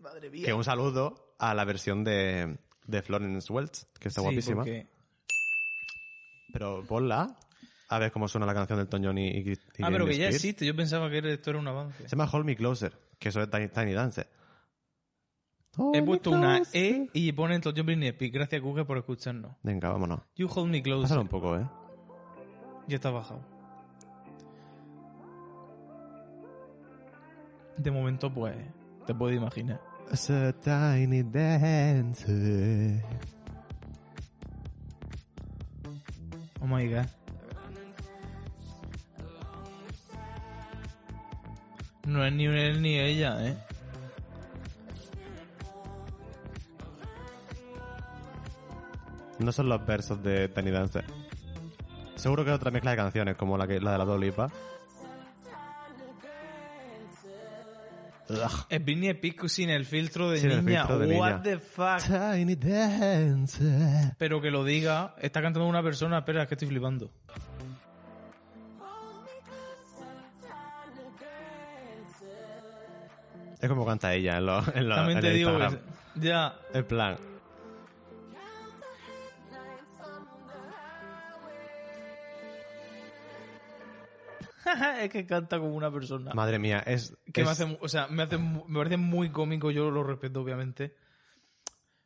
Speaker 1: Madre mía.
Speaker 2: Que un saludo a la versión de, de Florence Welch, que está
Speaker 1: Sí,
Speaker 2: guapísima.
Speaker 1: porque- Ah,
Speaker 2: Pero ponla, a ver cómo suena la canción de Elton John y, y, y
Speaker 1: Ah, pero
Speaker 2: Britney
Speaker 1: que ya
Speaker 2: Spears.
Speaker 1: existe. Yo pensaba que era- esto era un avance.
Speaker 2: Se llama Hold Me Closer, que eso es Tiny, Tiny Dancer.
Speaker 1: He
Speaker 2: Hold me
Speaker 1: puesto una
Speaker 2: closer.
Speaker 1: E y pone entonces John Britney Spears. Gracias, Google, por escucharnos.
Speaker 2: Venga, vámonos.
Speaker 1: You hold me close.
Speaker 2: Pásalo un poco, ¿eh?
Speaker 1: Ya está bajado. De momento, pues, te puedo imaginar.
Speaker 2: It's a tiny dancer.
Speaker 1: Oh my god. No es ni un él ni ella, ¿eh?
Speaker 2: No son los versos de Tiny Dancer. Seguro que hay otra mezcla de canciones, como la, que, la de la Dolipa.
Speaker 1: Es Britney Spears sin el filtro de
Speaker 2: Sin el
Speaker 1: niña.
Speaker 2: filtro de
Speaker 1: What
Speaker 2: niña.
Speaker 1: the fuck.
Speaker 2: Tiny Dancer.
Speaker 1: Pero que lo diga, está cantando una persona. Espera, es que estoy flipando.
Speaker 2: Es como canta ella en los en los-
Speaker 1: También
Speaker 2: en
Speaker 1: te
Speaker 2: el
Speaker 1: digo que.
Speaker 2: Instagram.
Speaker 1: Ya. [laughs]
Speaker 2: En plan.
Speaker 1: es que canta como una persona.
Speaker 2: Madre mía, es.
Speaker 1: que me
Speaker 2: es-
Speaker 1: hace, mu- o sea, me hace, mu- me parece muy cómico, yo lo respeto obviamente.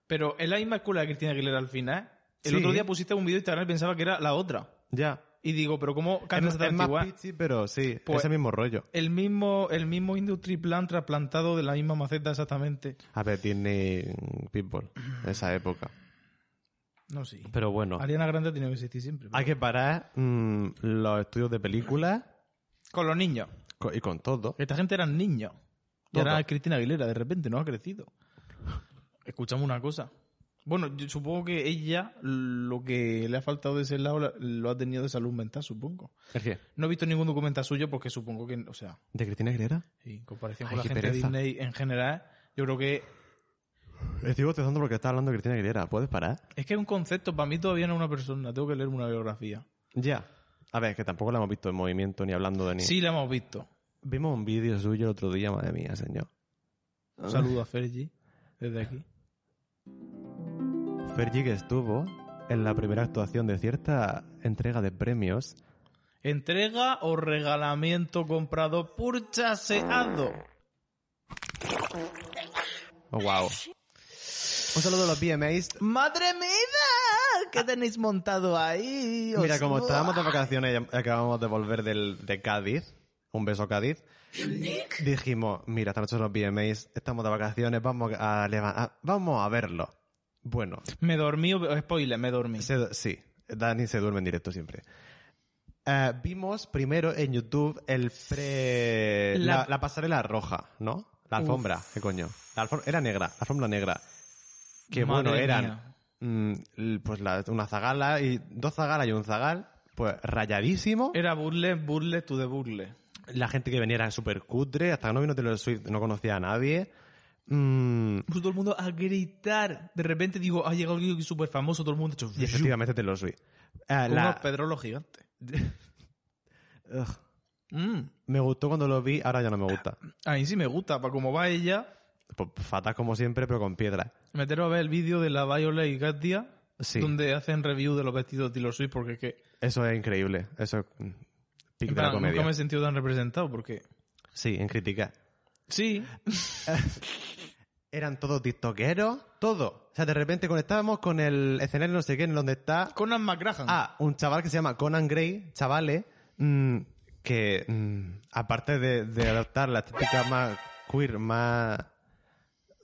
Speaker 1: Pero es la misma escuela de Cristina Aguilera al final. El
Speaker 2: Sí.
Speaker 1: otro día pusiste un vídeo de Instagram y pensaba que era la otra.
Speaker 2: Ya.
Speaker 1: Y digo, pero ¿cómo canta
Speaker 2: Es, es
Speaker 1: exactamente
Speaker 2: más
Speaker 1: igual?
Speaker 2: pitchy, pero sí,
Speaker 1: Pues-
Speaker 2: ese mismo rollo.
Speaker 1: El mismo, el mismo industry plan trasplantado de la misma maceta exactamente.
Speaker 2: A ver, Disney People, esa época.
Speaker 1: No, sí.
Speaker 2: Pero bueno,
Speaker 1: Ariana Grande tiene que existir siempre.
Speaker 2: hay que parar mm, los estudios de películas
Speaker 1: Con los niños.
Speaker 2: co- y con todo.
Speaker 1: Esta gente eran niños. Y
Speaker 2: Todo.
Speaker 1: ahora es Cristina Aguilera, de repente, no ha crecido. Escuchamos una cosa. Bueno, yo supongo que ella lo que le ha faltado de ese lado la- lo ha tenido de salud mental, supongo.
Speaker 2: ¿El qué?
Speaker 1: No he visto ningún documental suyo porque supongo que, o sea,
Speaker 2: ¿De Cristina Aguilera?
Speaker 1: en comparación
Speaker 2: Ay,
Speaker 1: con la
Speaker 2: qué
Speaker 1: gente
Speaker 2: pereza.
Speaker 1: de Disney en general, yo creo que
Speaker 2: Estoy bostezando porque está hablando de Cristina Aguilera. ¿Puedes parar?
Speaker 1: es que es un concepto, para mí todavía no es una persona, tengo que leerme una biografía.
Speaker 2: Ya. A ver, que tampoco la hemos visto en movimiento ni hablando de ni.
Speaker 1: Sí, la hemos visto.
Speaker 2: Vimos un vídeo suyo el otro día, madre mía, señor. Ah.
Speaker 1: Un saludo a Fergie desde aquí.
Speaker 2: Fergie que estuvo en la primera actuación de cierta entrega de premios.
Speaker 1: Entrega o regalamiento comprado por chaseado.
Speaker 2: Oh, wow. Un saludo a los BMAs.
Speaker 1: ¡Madre mía! ¿Qué tenéis montado ahí?
Speaker 2: Mira,
Speaker 1: Os-
Speaker 2: como estábamos de vacaciones y acabamos de volver del, de Cádiz, un beso Cádiz, dijimos, mira, esta noche son los BMAs, estamos de vacaciones, vamos a, leva- a- vamos a verlo. Bueno,
Speaker 1: Me dormí, o- spoiler, me dormí.
Speaker 2: se- sí, Dani se duerme en directo siempre. Eh, vimos primero en YouTube el pre... La,
Speaker 1: La-
Speaker 2: la pasarela roja, ¿no? La
Speaker 1: Uf.
Speaker 2: alfombra, ¿qué coño? La alfom- era negra, la alfombra negra. Que
Speaker 1: Madre
Speaker 2: bueno, eran
Speaker 1: mía.
Speaker 2: mm, l- pues la- una zagala y dos zagalas y un zagal, pues rayadísimo.
Speaker 1: Era burle, burle, tú de burle.
Speaker 2: La gente que venía era súper cutre, hasta que no vino Taylor Swift no conocía a nadie. Mm,
Speaker 1: Puso todo el mundo a gritar. De repente digo, ha llegado alguien súper famoso, todo el mundo ha hecho...
Speaker 2: y efectivamente Taylor Swift. Eh,
Speaker 1: Con
Speaker 2: la-
Speaker 1: unos pedrolos gigantes.
Speaker 2: Ugh,
Speaker 1: Mm.
Speaker 2: me gustó cuando lo vi, ahora ya no me gusta.
Speaker 1: A mí sí me gusta, para cómo va ella.
Speaker 2: Pues, fatal como siempre, pero con piedra.
Speaker 1: Meteros a ver el vídeo de la Viola y Gatia,
Speaker 2: Sí.
Speaker 1: donde hacen review de los vestidos de Taylor Swift, porque es que
Speaker 2: Eso es increíble. Eso es mm, pic
Speaker 1: en
Speaker 2: de la
Speaker 1: plan, nunca
Speaker 2: comedia.
Speaker 1: me he sentido tan representado, porque...
Speaker 2: Sí, en crítica.
Speaker 1: Sí,
Speaker 2: Eran todos tiktokeros, todo. O sea, de repente conectábamos con el escenario no sé qué, en donde está
Speaker 1: Conan McGrahan.
Speaker 2: Ah, un chaval que se llama Conan Gray, chavales, mm, que mm, aparte de, de adoptar la estética más queer, más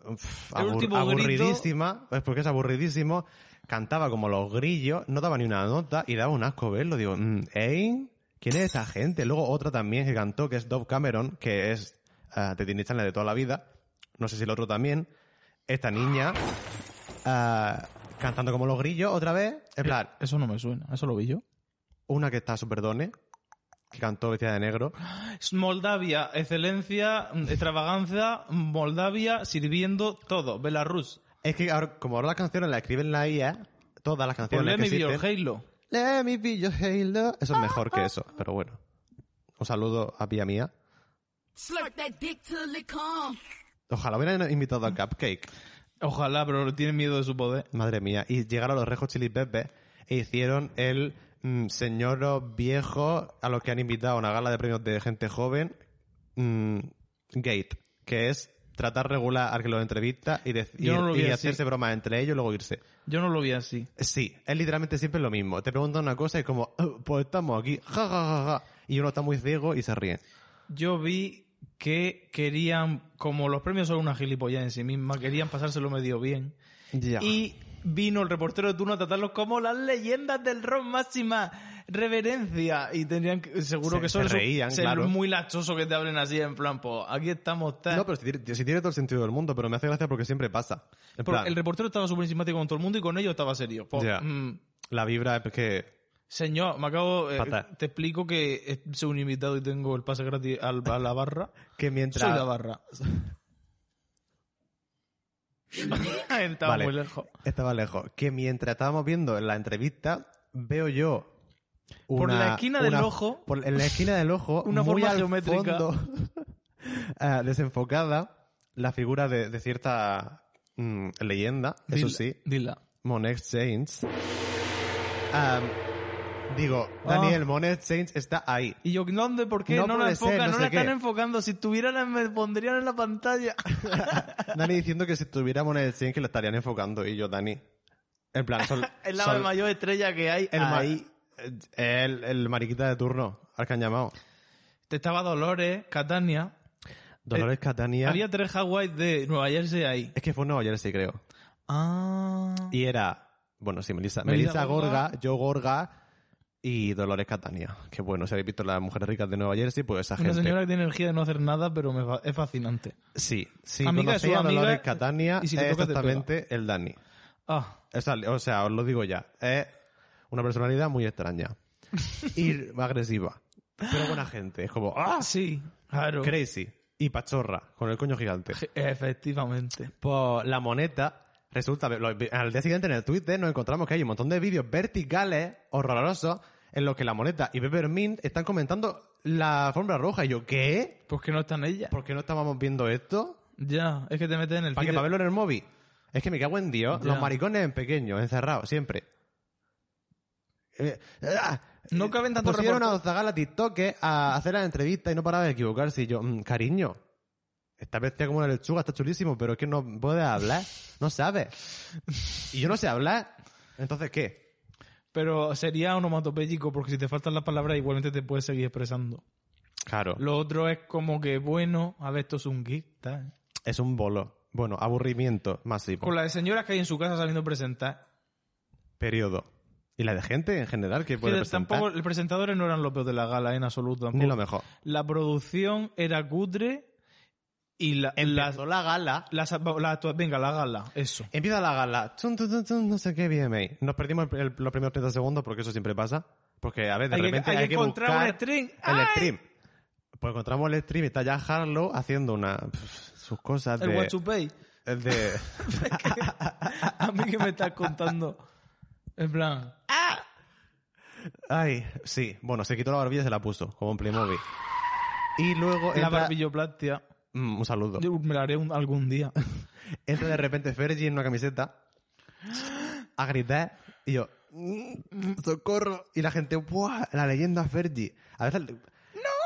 Speaker 2: uf,
Speaker 1: El
Speaker 2: abur-
Speaker 1: último
Speaker 2: aburridísima, pues porque es aburridísimo, cantaba como los grillos, no daba ni una nota y daba un asco verlo. Digo, mm, ¿eh? ¿Quién es esta gente? Luego otra también que cantó, que es Dove Cameron, que es ah, de Disney Channel de toda la vida. No sé si el otro también. Esta niña ah, cantando como los grillos otra vez.
Speaker 1: Eh,
Speaker 2: En plan,
Speaker 1: Eso no me suena, eso lo vi yo.
Speaker 2: una que está súper done, que cantó vestida de negro.
Speaker 1: Moldavia, excelencia, mm, extravaganza, Moldavia sirviendo todo, Belarus.
Speaker 2: Es que ahora, como ahora las canciones las escriben la IA, todas las canciones
Speaker 1: Ponle
Speaker 2: que
Speaker 1: mi video
Speaker 2: existen...
Speaker 1: Halo.
Speaker 2: Let me be your halo. Eso es mejor que eso, pero bueno. Un saludo a Pia Mía.
Speaker 4: Slurp that dick till it come.
Speaker 2: Ojalá hubieran invitado a Cupcake.
Speaker 1: Ojalá, pero tiene miedo de su poder.
Speaker 2: Madre mía. Y llegaron los Rejos Chili Peppers e hicieron el mm, señoros viejos a los que han invitado a una gala de premios de gente joven mm, Gate, que es tratar regular al que los entrevista y, dec-
Speaker 1: Yo no lo
Speaker 2: y-
Speaker 1: vi
Speaker 2: y
Speaker 1: así.
Speaker 2: hacerse bromas entre ellos y luego irse.
Speaker 1: Yo no lo vi así.
Speaker 2: Sí, es literalmente siempre lo mismo. Te preguntan una cosa y es como, "Ah, pues estamos aquí, ja, ja, ja, ja. Y uno está muy ciego y se ríe.
Speaker 1: Yo vi que querían, como los premios son una gilipollas en sí misma, querían pasárselo medio bien.
Speaker 2: Ya.
Speaker 1: Y vino el reportero de turno a tratarlos como las leyendas del rock máxima reverencia. Y tenían que- seguro
Speaker 2: Se-
Speaker 1: que son
Speaker 2: se reían, claro.
Speaker 1: muy lachoso que te hablen así en plan, pues aquí estamos tal.
Speaker 2: No, pero si tiene, si tiene todo el sentido del mundo, pero me hace gracia porque siempre pasa. En
Speaker 1: Pero
Speaker 2: plan,
Speaker 1: el reportero estaba súper simpático con todo el mundo y con ellos estaba serio. Po,
Speaker 2: Ya.
Speaker 1: mm,
Speaker 2: la vibra es que...
Speaker 1: señor, me acabo. eh,
Speaker 2: Fatal.
Speaker 1: te explico que eh, soy un invitado y tengo el pase gratis al- a la
Speaker 2: [laughs]
Speaker 1: barra.
Speaker 2: Que mientras...
Speaker 1: Soy la barra. [laughs] estaba
Speaker 2: Vale.
Speaker 1: muy lejos.
Speaker 2: Estaba lejos. Que mientras estábamos viendo la entrevista, veo yo
Speaker 1: Por
Speaker 2: una-
Speaker 1: la esquina del
Speaker 2: una-
Speaker 1: ojo.
Speaker 2: por- en la esquina del ojo,
Speaker 1: [laughs] Una
Speaker 2: muy
Speaker 1: forma
Speaker 2: al
Speaker 1: geométrica.
Speaker 2: fondo, [laughs] ah, desenfocada, la figura de, de cierta mm, leyenda, eso
Speaker 1: Dila-
Speaker 2: sí,
Speaker 1: Dila.
Speaker 2: Monet James. Am, digo,
Speaker 1: Ah.
Speaker 2: Daniel, Monet James está ahí.
Speaker 1: Y yo, ¿dónde? ¿Por qué?
Speaker 2: No
Speaker 1: No, la
Speaker 2: puede ser,
Speaker 1: enfocan, no,
Speaker 2: no sé
Speaker 1: la están
Speaker 2: qué.
Speaker 1: enfocando. Si estuvieran, me pondrían en la pantalla. [laughs]
Speaker 2: Dani diciendo que si tuviera Monet James que lo estarían enfocando y yo, Dani. En
Speaker 1: [laughs]
Speaker 2: plan, son,
Speaker 1: Es la
Speaker 2: son
Speaker 1: mayor estrella que hay.
Speaker 2: el, ma-
Speaker 1: ahí.
Speaker 2: eh, el- el mariquita de turno al que han llamado.
Speaker 1: Eh, Te estaba Dolores, Catania.
Speaker 2: Dolores Catania.
Speaker 1: Había tres Hawái de Nueva Jersey ahí.
Speaker 2: Es que fue en Nueva Jersey, creo.
Speaker 1: Ah.
Speaker 2: Y era, bueno, sí, Melissa,
Speaker 1: Melissa
Speaker 2: Melissa Gorga,
Speaker 1: Gorga.
Speaker 2: yo Gorga y Dolores Catania. Que bueno, si habéis visto las mujeres ricas de Nueva Jersey, pues esa
Speaker 1: Una
Speaker 2: gente.
Speaker 1: señora que tiene energía de no hacer nada, pero me fa- es fascinante.
Speaker 2: Sí, sí,
Speaker 1: Amiga de
Speaker 2: conocí
Speaker 1: su
Speaker 2: a Dolores
Speaker 1: amiga,
Speaker 2: Catania
Speaker 1: y si
Speaker 2: es
Speaker 1: te toca, te
Speaker 2: exactamente el Dani.
Speaker 1: Ah,
Speaker 2: O sea, o sea, os lo digo ya. Es una personalidad
Speaker 1: [laughs]
Speaker 2: muy extraña. Y agresiva. Pero buena gente. Es como, ¡ah!
Speaker 1: sí, claro.
Speaker 2: Crazy. Y pachorra, con el coño gigante.
Speaker 1: Je- Efectivamente.
Speaker 2: Pues la moneta, resulta, lo- al día siguiente en el Twitter nos encontramos que hay un montón de vídeos verticales horrorosos en los que la moneta y Peppermint están comentando la alfombra roja. Y yo, ¿qué?
Speaker 1: Pues que no están ellas.
Speaker 2: ¿Por qué no estábamos viendo esto?
Speaker 1: Ya, es que te metes en el
Speaker 2: ¿Para qué?
Speaker 1: feed
Speaker 2: ¿Para
Speaker 1: de-
Speaker 2: verlo en el móvil? Es que me cago en Dios.
Speaker 1: Ya.
Speaker 2: Los maricones en pequeño, encerrados, siempre. Eh, ah,
Speaker 1: No caben tantos
Speaker 2: Pusieron a
Speaker 1: reportes.
Speaker 2: Ozagal a TikTok eh, a hacer las entrevistas y no paraba de equivocarse. Y yo, mm, cariño, esta bestia como una lechuga, está chulísimo, pero es que no puedes hablar. No sabes. Y yo no sé hablar. Entonces, ¿qué?
Speaker 1: Pero sería onomatopéyico porque si te faltan las palabras igualmente te puedes seguir expresando.
Speaker 2: Claro.
Speaker 1: Lo otro es como que, bueno, a ver, esto es un geek, tal.
Speaker 2: Es un bolo. Bueno, aburrimiento masivo.
Speaker 1: Con las señoras que hay en su casa saliendo a presentar.
Speaker 2: Periodo. Y la de gente en general que puede
Speaker 1: Que
Speaker 2: presentar.
Speaker 1: tampoco, los presentadores no eran los peores de la gala en absoluto. tampoco.
Speaker 2: Ni lo mejor.
Speaker 1: La producción era cutre y la, las,
Speaker 2: Empezó la gala
Speaker 1: las- las actua- venga, la gala, eso.
Speaker 2: Empieza la gala. Tun, tun, tun, tun, no sé qué, BMA. Nos perdimos el- el- los primeros 30 segundos porque eso siempre pasa. Porque, a ver, de
Speaker 1: Hay que-
Speaker 2: repente
Speaker 1: hay que
Speaker 2: hay que
Speaker 1: encontrar
Speaker 2: buscar
Speaker 1: un stream.
Speaker 2: El
Speaker 1: ¡Ay!
Speaker 2: stream. Pues encontramos el stream y está ya Harlow haciendo una... pf, sus cosas
Speaker 1: El
Speaker 2: de...
Speaker 1: What to Pay.
Speaker 2: el de...
Speaker 1: [laughs] A mí que me estás contando. En plan,
Speaker 2: Ay, sí. Bueno, se quitó la barbilla y se la puso, como en Playmobil. Y luego
Speaker 1: la
Speaker 2: entra...
Speaker 1: barbilloplastia.
Speaker 2: Mm, un saludo.
Speaker 1: Yo me la haré un- algún día.
Speaker 2: Entra de repente Fergie en una camiseta a gritar y yo, "Mm, socorro. Y la gente, ¡buah! La leyenda Fergie. A veces... No,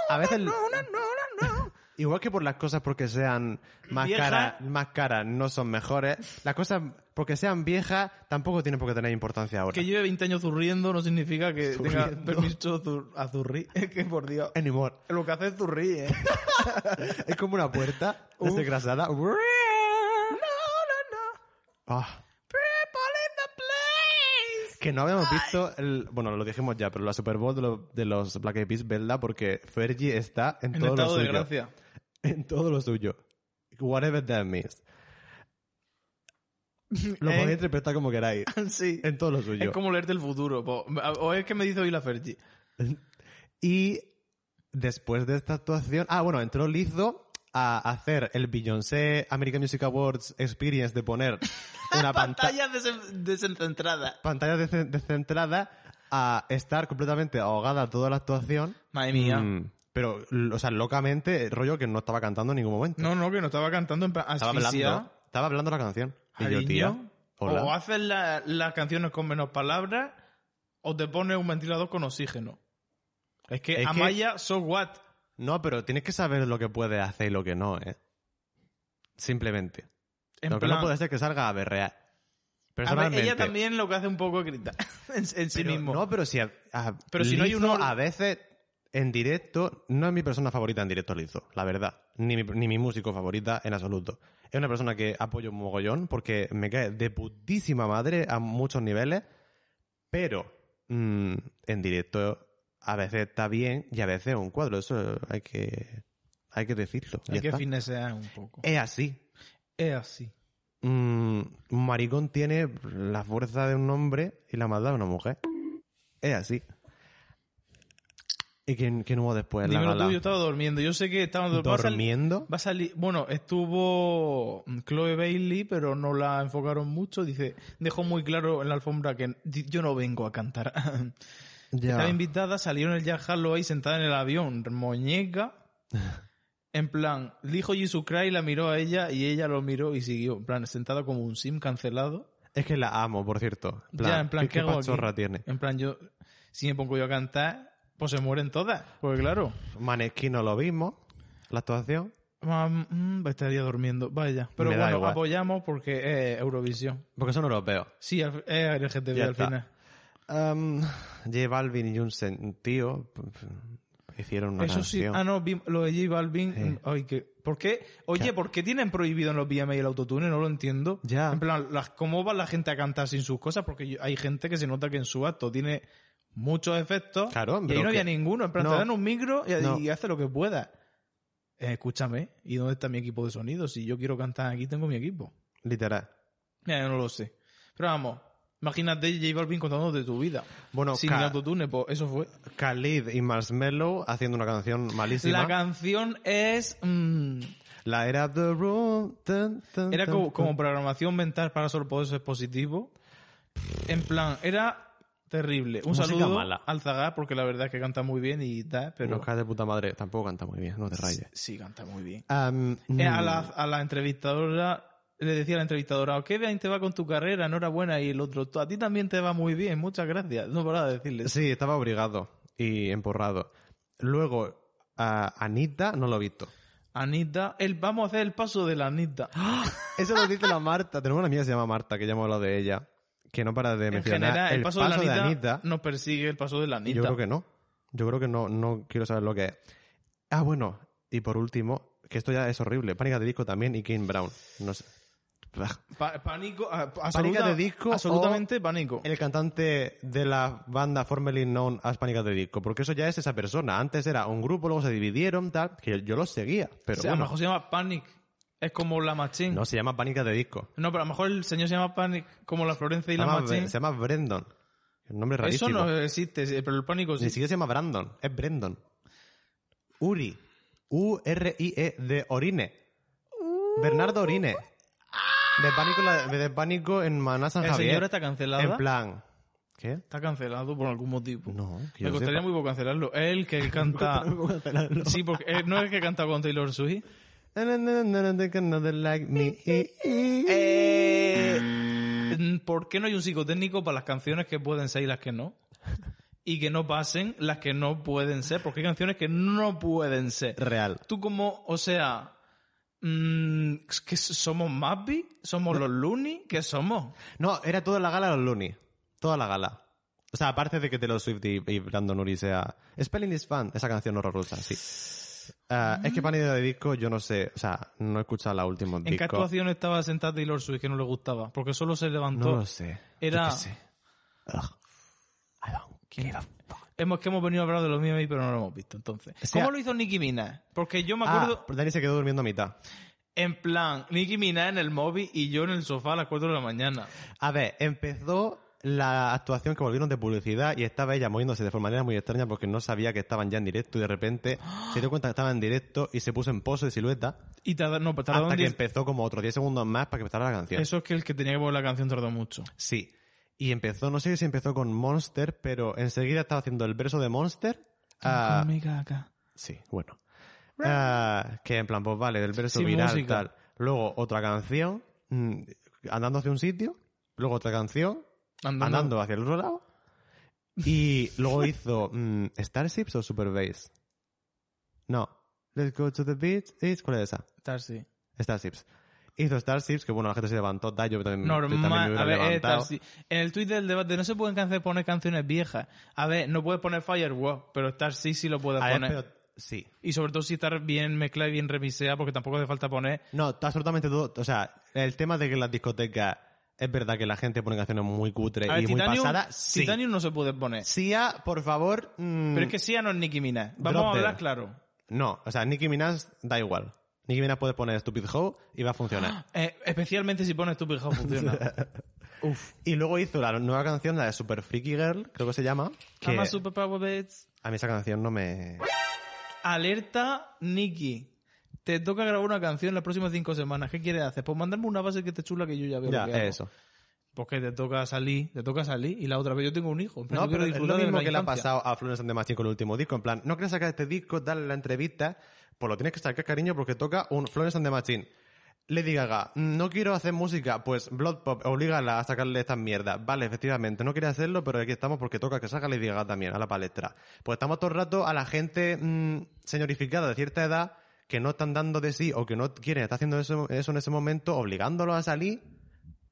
Speaker 2: a veces, no, no, no, no, Igual que por las cosas porque sean más
Speaker 1: Vieja.
Speaker 2: caras, más caras no son mejores. Las cosas porque sean viejas tampoco tienen por qué tener importancia ahora.
Speaker 1: Que lleve 20 años zurriendo no significa que tenga
Speaker 2: Zurriendo.
Speaker 1: permiso zur- a zurrir. Es [laughs] que por Dios.
Speaker 2: Anymore.
Speaker 1: Lo que hace es zurrir, ¿eh? [laughs]
Speaker 2: Es como una puerta desgrasada. No, no, no. Ah. Que no habíamos visto, el, bueno, lo dijimos ya, pero la Super Bowl de, lo- de los Black Eyed Peas, ¿verdad? Porque Fergie está en,
Speaker 1: En
Speaker 2: todo lo
Speaker 1: estado
Speaker 2: suyo.
Speaker 1: de gracia.
Speaker 2: [laughs] En todo lo suyo. Whatever that means.
Speaker 1: [laughs]
Speaker 2: Lo
Speaker 1: ¿Eh?
Speaker 2: podéis interpretar como queráis.
Speaker 1: [laughs] Sí.
Speaker 2: En todo lo
Speaker 1: Es
Speaker 2: suyo.
Speaker 1: como leerte el futuro. po. O es que me dice hoy la Fergie.
Speaker 2: Y después de esta actuación, ah, bueno, entró Lizzo a hacer el Beyoncé American Music Awards Experience
Speaker 1: [laughs]
Speaker 2: de poner una pantalla
Speaker 1: Talla desen- desencentrada.
Speaker 2: pantalla dece- descentrada a estar completamente ahogada toda la actuación.
Speaker 1: Madre mía.
Speaker 2: Mm, Pero, l- o sea, locamente, rollo que no estaba cantando en ningún momento.
Speaker 1: No, no, que no estaba cantando en plan
Speaker 2: estaba hablando.
Speaker 1: asfixia.
Speaker 2: Estaba hablando la canción. Y yo,
Speaker 1: cariño.
Speaker 2: tía, hola.
Speaker 1: O haces la- las canciones con menos palabras o te pones un ventilador con oxígeno. Es que
Speaker 2: Es que-
Speaker 1: Amaya, so what?
Speaker 2: No, pero tienes que saber lo que puedes hacer y lo que no, ¿eh? Simplemente.
Speaker 1: En
Speaker 2: lo que
Speaker 1: plan-
Speaker 2: no puede ser que salga a berrear.
Speaker 1: A ver,
Speaker 2: Personalmente.
Speaker 1: ella también lo que hace un poco es gritar [laughs] en, en sí
Speaker 2: Pero-
Speaker 1: mismo.
Speaker 2: No, pero si, a- a-
Speaker 1: Pero si no hay
Speaker 2: Lizzo
Speaker 1: uno-
Speaker 2: A veces, en directo, no es mi persona favorita en directo Lizzo, la verdad. Ni mi, ni mi músico favorita en absoluto. Es una persona que apoyo un mogollón porque me cae de putísima madre a muchos niveles. Pero mm, en directo a veces está bien y a veces es un cuadro. Eso hay que, hay que decirlo.
Speaker 1: Hay
Speaker 2: ya
Speaker 1: que
Speaker 2: está. Eh,
Speaker 1: finesear un poco.
Speaker 2: Es así.
Speaker 1: Es así.
Speaker 2: Mm, un maricón tiene la fuerza de un hombre y la maldad de una mujer. Es así. ¿Y quién, quién hubo después? en pues La
Speaker 1: Dímelo tú,
Speaker 2: gala?
Speaker 1: yo estaba durmiendo. Yo sé que estaba va a sal-
Speaker 2: ¿Durmiendo?
Speaker 1: Va a salir, bueno, estuvo mm, Chloe Bailey, pero no la enfocaron mucho. Dice, dejó muy claro en la alfombra que di- yo no vengo a cantar. [laughs] Estaba
Speaker 2: Ya.
Speaker 1: invitada, salieron el Jack Harlow ahí sentada en el avión,
Speaker 2: [laughs]
Speaker 1: muñeca. En plan, dijo Jesus Christ, la miró a ella y ella lo miró y siguió. En plan, sentada como un sim cancelado.
Speaker 2: Es que la amo, por cierto.
Speaker 1: ya, en plan, ¿qué,
Speaker 2: ¿qué,
Speaker 1: hago aquí?
Speaker 2: pachorra tiene?
Speaker 1: En plan, yo, si me pongo yo a cantar, pues se mueren todas. Porque claro,
Speaker 2: Maneskin no lo vimos. La actuación.
Speaker 1: mam, mm, estaría durmiendo, vaya. Pero
Speaker 2: Me da
Speaker 1: bueno,
Speaker 2: igual.
Speaker 1: apoyamos porque es Eurovisión.
Speaker 2: Porque son europeos.
Speaker 1: Sí, al- eh, es LGTB
Speaker 2: Ya
Speaker 1: al
Speaker 2: está.
Speaker 1: final.
Speaker 2: Um, J Balvin y un sen- tío p- p- hicieron una
Speaker 1: Eso sí,
Speaker 2: canción.
Speaker 1: ah, no, vi- lo de J Balvin.
Speaker 2: Sí.
Speaker 1: mm, Ay, que, ¿por qué? Oye, ¿por qué tienen prohibido en los VMA el autotune? No lo entiendo.
Speaker 2: Ya.
Speaker 1: En plan, las- ¿cómo va la gente a cantar sin sus cosas? Porque yo- hay gente que se nota que en su acto tiene muchos efectos.
Speaker 2: Claro,
Speaker 1: y ahí
Speaker 2: pero
Speaker 1: no había
Speaker 2: que-
Speaker 1: ninguno. En plan, te
Speaker 2: no.
Speaker 1: dan un micro y,
Speaker 2: No.
Speaker 1: y hace lo que pueda. Eh, escúchame, ¿y dónde está mi equipo de sonido? Si yo quiero cantar aquí, tengo mi equipo.
Speaker 2: Literal.
Speaker 1: Mira, yo no lo sé. Pero vamos, imagínate J Balvin contando de tu vida.
Speaker 2: Bueno,
Speaker 1: sin
Speaker 2: Ka-
Speaker 1: el autotune, pues eso fue.
Speaker 2: Khalid y Marshmello haciendo una canción malísima.
Speaker 1: La canción es... mm,
Speaker 2: Light up the room. Tan, tan,
Speaker 1: Era
Speaker 2: tan,
Speaker 1: como,
Speaker 2: tan.
Speaker 1: como programación mental para solo poder ser positivo. En plan, era. Terrible. Un
Speaker 2: Música
Speaker 1: saludo
Speaker 2: mala.
Speaker 1: al Zagar, porque la verdad es que canta muy bien y tal,
Speaker 2: Pero
Speaker 1: pero...
Speaker 2: Oscar de puta madre tampoco canta muy bien, no te rayes.
Speaker 1: Sí, canta muy bien.
Speaker 2: Am,
Speaker 1: Eh, a,
Speaker 2: mm,
Speaker 1: la, a la entrevistadora le decía a la entrevistadora, qué bien te va con tu carrera, enhorabuena. Y el otro, "Tú- a ti también te va muy bien, muchas gracias. No para de decirle.
Speaker 2: Sí, estaba obligado y emporrado. Luego, a Anita no lo he visto.
Speaker 1: Anita, el, vamos a hacer el paso de la Anita.
Speaker 2: Ah, Eso lo dice la Marta. Tenemos una amiga que se llama Marta, que ya hemos hablado de ella, que no para de
Speaker 1: En
Speaker 2: mencionar
Speaker 1: general, el paso, de, la Anita
Speaker 2: Anita.
Speaker 1: nos persigue el paso de la Anita.
Speaker 2: Yo creo que no. Yo creo que no, no quiero saber lo que es. Ah, bueno, y por último, que esto ya es horrible. Pánica de disco también y King Brown. No sé. Bah.
Speaker 1: Pa- pánico,
Speaker 2: ah,
Speaker 1: a- absoluta-
Speaker 2: Pánica de disco
Speaker 1: Absolutamente pánico.
Speaker 2: El cantante de la banda formerly known as Pánica de disco, porque eso ya es esa persona. Antes era un grupo, luego se dividieron, tal, que yo, yo los seguía, pero
Speaker 1: O sea, a lo
Speaker 2: bueno,
Speaker 1: mejor se llama Panic. Es como la Machine. No,
Speaker 2: no se llama Pánica de disco.
Speaker 1: pero a lo mejor el señor se llama Panic como la Florencia y
Speaker 2: Se
Speaker 1: la
Speaker 2: llama,
Speaker 1: Machine.
Speaker 2: se llama Brendon. El nombre es
Speaker 1: Eso
Speaker 2: rarísimo.
Speaker 1: no existe, sí, pero el pánico sí.
Speaker 2: Ni siquiera se llama Brandon, es Brendon. Uri. U-R-I-E E de Orine.
Speaker 1: Uh.
Speaker 2: Bernardo Orine. De pánico, la- de pánico en Maná San
Speaker 1: El
Speaker 2: Javier.
Speaker 1: señor está cancelado.
Speaker 2: En plan. ¿Qué?
Speaker 1: Está cancelado por algún motivo.
Speaker 2: No, que
Speaker 1: Me
Speaker 2: yo
Speaker 1: costaría
Speaker 2: sepa.
Speaker 1: muy poco cancelarlo. Es el
Speaker 2: [laughs]
Speaker 1: que canta. sí, porque eh, no es el que canta con Taylor Swift.
Speaker 2: Another like me.
Speaker 1: Mm, ¿Por qué no hay un psicotécnico para las canciones que pueden ser y las que no? Y que no pasen las que no pueden ser. Porque hay canciones que no pueden ser.
Speaker 2: Real.
Speaker 1: Tú como, o sea, mm, que somos Mappy, somos los Looney, ¿qué somos?
Speaker 2: No, era toda la gala de los Looney. Toda la gala. O sea, aparte de que Taylor Swift y, y Brandon Uri sea... Spelling is fun, esa canción horrorosa, sí. Ah, Es que Pánico de disco, yo no sé, o sea, no he escuchado la última
Speaker 1: ¿En qué
Speaker 2: disco.
Speaker 1: actuación estaba sentada Taylor Swift que no le gustaba? Porque solo se levantó.
Speaker 2: No lo sé. yo
Speaker 1: Era-
Speaker 2: qué sé. Ugh. I don't give a fuck.
Speaker 1: Hemos que hemos venido a hablar de los mí, pero no lo hemos visto. Entonces,
Speaker 2: O sea-
Speaker 1: ¿cómo lo hizo Nicki Minaj? Porque yo me acuerdo
Speaker 2: Ah, Dani se quedó durmiendo a mitad.
Speaker 1: en plan Nicki Minaj en el móvil y yo en el sofá a las 4 de la mañana.
Speaker 2: A ver, empezó la actuación que volvieron de publicidad y estaba ella moviéndose de forma manera muy extraña porque no sabía que estaban ya en directo y de repente se dio cuenta que estaban en directo y se puso en pose de silueta
Speaker 1: Y tarda- no, pues tardaron
Speaker 2: hasta que
Speaker 1: 10
Speaker 2: empezó como otros 10 segundos más para que empezara la canción.
Speaker 1: Eso es que el que tenía que poner la canción tardó mucho.
Speaker 2: Sí. Y empezó, no sé si empezó con Monster, pero enseguida estaba haciendo el verso de Monster. ah,
Speaker 1: Con mi caca.
Speaker 2: Sí, bueno. Ah, que en plan, pues vale, del verso
Speaker 1: Sin
Speaker 2: viral,
Speaker 1: música.
Speaker 2: tal. Luego otra canción, mm, andando hacia un sitio. Luego otra canción,
Speaker 1: Andando.
Speaker 2: andando, hacia el otro lado.
Speaker 1: [laughs]
Speaker 2: Y luego hizo mm, Starships o Super Bass. No. Let's go to the beach. It's, ¿Cuál es esa?
Speaker 1: Estar, sí.
Speaker 2: Starships. Hizo Starships, que bueno, la gente se levantó. Da, yo también, yo también me
Speaker 1: Normal.
Speaker 2: hubiera
Speaker 1: A ver, eh,
Speaker 2: levantado.
Speaker 1: estar, sí. En el tweet del debate no se pueden cance- poner canciones viejas. A ver, no puedes poner Firewall, pero estar sí sí lo puedes
Speaker 2: A ver,
Speaker 1: poner.
Speaker 2: pero- sí.
Speaker 1: Y sobre todo si estar bien mezclada y bien remiseada, porque tampoco hace falta poner
Speaker 2: No, absolutamente todo. O sea, el tema de que las discotecas es verdad que la gente pone canciones muy cutre
Speaker 1: A ver,
Speaker 2: y muy
Speaker 1: Titanium,
Speaker 2: pasadas. Sí.
Speaker 1: Titanium no se puede poner.
Speaker 2: Sia, por favor. mm,
Speaker 1: Pero es que Sia no es Nicki Minaj. Vamos
Speaker 2: Drop
Speaker 1: a hablar
Speaker 2: Dead.
Speaker 1: claro.
Speaker 2: No, o sea, Nicki Minaj da igual. Nicki Minaj puede poner Stupid Hoe y va
Speaker 1: [gasps]
Speaker 2: a funcionar.
Speaker 1: Eh, especialmente si pones Stupid House
Speaker 2: [laughs]
Speaker 1: funciona. Uf.
Speaker 2: Y luego hizo la nueva canción, la de Super Freaky Girl, creo que se llama. Que
Speaker 1: Ama Superpower Bates.
Speaker 2: a mí esa canción no me.
Speaker 1: Alerta, Nicki. Te toca grabar una canción las próximas cinco semanas. ¿Qué quieres hacer? Pues mandarme una base que te chula que yo ya veo.
Speaker 2: Ya,
Speaker 1: lo que hago.
Speaker 2: eso.
Speaker 1: Porque te toca salir, te toca salir. Y la otra vez yo tengo un hijo. En plan,
Speaker 2: No,
Speaker 1: yo quiero
Speaker 2: pero es lo
Speaker 1: disfrutar de
Speaker 2: mismo
Speaker 1: la
Speaker 2: que le ha
Speaker 1: infancia.
Speaker 2: pasado a Florence and the Machine con el último disco. En plan, no quieres sacar este disco, darle la entrevista, pues lo tienes que sacar, cariño, porque toca un Florence and the Machine. Lady Gaga, "Mm, no quiero hacer música, pues Blood Pop, obligala a sacarle estas mierdas. Vale, efectivamente, no quería hacerlo, pero aquí estamos porque toca que salga Lady Gaga también a la palestra. Pues estamos todo el rato a la gente mm, señorificada de cierta edad que no están dando de sí o que no quieren estar haciendo eso, eso en ese momento, obligándolos a salir.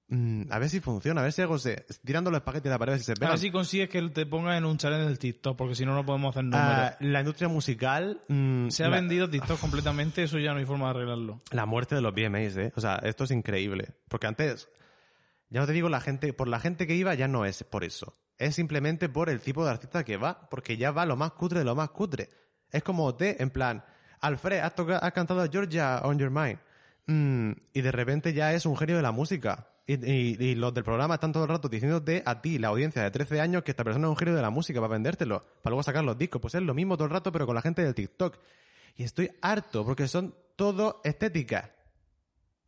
Speaker 2: Mm, a ver si funciona, a ver si algo se... Tirando los espaguetis a la pared, a ver si se
Speaker 1: A
Speaker 2: pegan.
Speaker 1: ver si consigues que te pongan en un challenge del TikTok, porque si no, no podemos hacer números.
Speaker 2: Ah, la industria musical. mm,
Speaker 1: se ha
Speaker 2: la,
Speaker 1: vendido TikTok completamente, eso ya no hay forma de arreglarlo.
Speaker 2: la muerte de los BMAs, ¿eh? O sea, esto es increíble. Porque antes, ya no te digo, la gente, por la gente que iba ya no es por eso. Es simplemente por el tipo de artista que va, porque ya va lo más cutre de lo más cutre. Es como OT, en plan, Alfred, has, toca- has cantado Georgia on your mind. Mm, y de repente ya es un genio de la música. Y, y- y los del programa están todo el rato diciéndote a ti, la audiencia de 13 años, que esta persona es un genio de la música para vendértelo, para luego sacar los discos. Pues es lo mismo todo el rato, pero con la gente del TikTok. Y estoy harto, porque son todo estéticas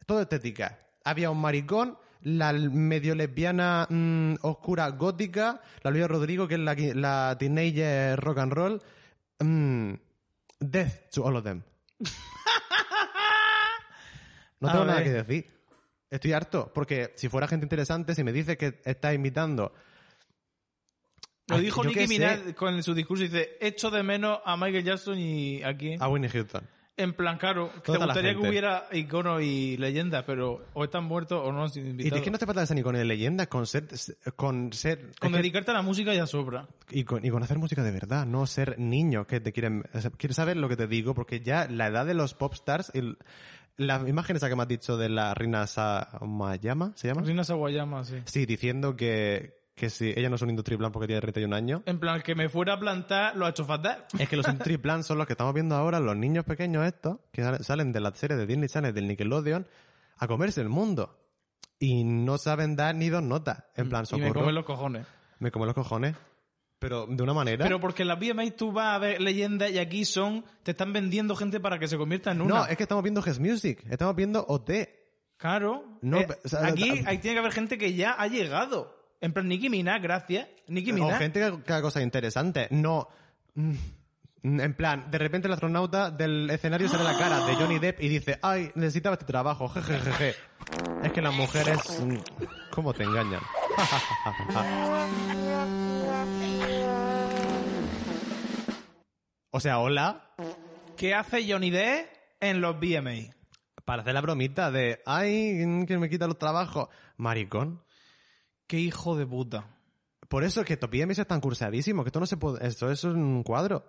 Speaker 2: todo estética. Había un maricón, la medio lesbiana mm, oscura gótica, la Luisa Rodrigo, que es la, que- la teenager rock and roll. mm, death to all
Speaker 1: [laughs]
Speaker 2: of them. No
Speaker 1: A
Speaker 2: tengo nada
Speaker 1: ver.
Speaker 2: que decir. Estoy harto, porque si fuera gente interesante, si me dices que estás invitando.
Speaker 1: Lo
Speaker 2: Ah,
Speaker 1: dijo
Speaker 2: yo
Speaker 1: Nicki
Speaker 2: qué sé,
Speaker 1: Minaj con su discurso, dice, echo de menos a Michael Jackson y aquí.
Speaker 2: A Winnie Houston.
Speaker 1: En plan, claro, te
Speaker 2: Toda la
Speaker 1: gustaría que
Speaker 2: gente.
Speaker 1: hubiera iconos y leyendas, pero o están muertos o no han sido
Speaker 2: Y
Speaker 1: invitados.
Speaker 2: es que no te falta de ser ni con el leyenda, con ser. Con ser
Speaker 1: Con
Speaker 2: es que-
Speaker 1: dedicarte a la música ya sobra.
Speaker 2: y, con, y con hacer música de verdad, no ser niño que te quieren. o sea, Quieres saber lo que te digo, porque ya la edad de los popstars. el- La imagen esa que me has dicho de la reina Samayama, ¿se llama?
Speaker 1: Rina Sawayama, sí.
Speaker 2: Sí, diciendo que, que si ella no es un industry plan porque tiene 31 años.
Speaker 1: En plan, que me fuera a plantar los achofatas.
Speaker 2: Es que los industry plan son los que estamos viendo ahora, los niños pequeños estos, que sal- salen de las series de Disney Channel, del Nickelodeon, a comerse el mundo. Y no saben dar ni dos notas. En plan,
Speaker 1: Mm, Y me
Speaker 2: socorro.
Speaker 1: comen los cojones.
Speaker 2: Me como los cojones. Pero de una manera.
Speaker 1: Pero porque en las VMAs tú vas a ver leyendas y aquí son... Te están vendiendo gente para que se convierta en una.
Speaker 2: No, es que estamos viendo His Music, estamos viendo OT.
Speaker 1: Claro.
Speaker 2: No,
Speaker 1: Eh,
Speaker 2: pero, o sea,
Speaker 1: aquí
Speaker 2: ta-
Speaker 1: ahí tiene que haber gente que ya ha llegado. En plan, Nicki Minaj, gracias. Nicki
Speaker 2: O
Speaker 1: Minaj.
Speaker 2: gente que, haga- que haga cosas interesantes. No. mm, mm, En plan, de repente el astronauta del escenario sale la cara de Johnny Depp y dice, ay, necesitaba este trabajo, jejejeje. Es que las mujeres, mm, ¿cómo te engañan? [laughs] o sea, hola,
Speaker 1: ¿Qué hace Johnny Depp en los VMAs?
Speaker 2: para hacer la bromita de, ay, mm, que me quita los trabajos. Maricón.
Speaker 1: Qué hijo de puta.
Speaker 2: Por eso es que Top EMS es tan cursadísimo, que esto no se puede, esto, eso es un cuadro.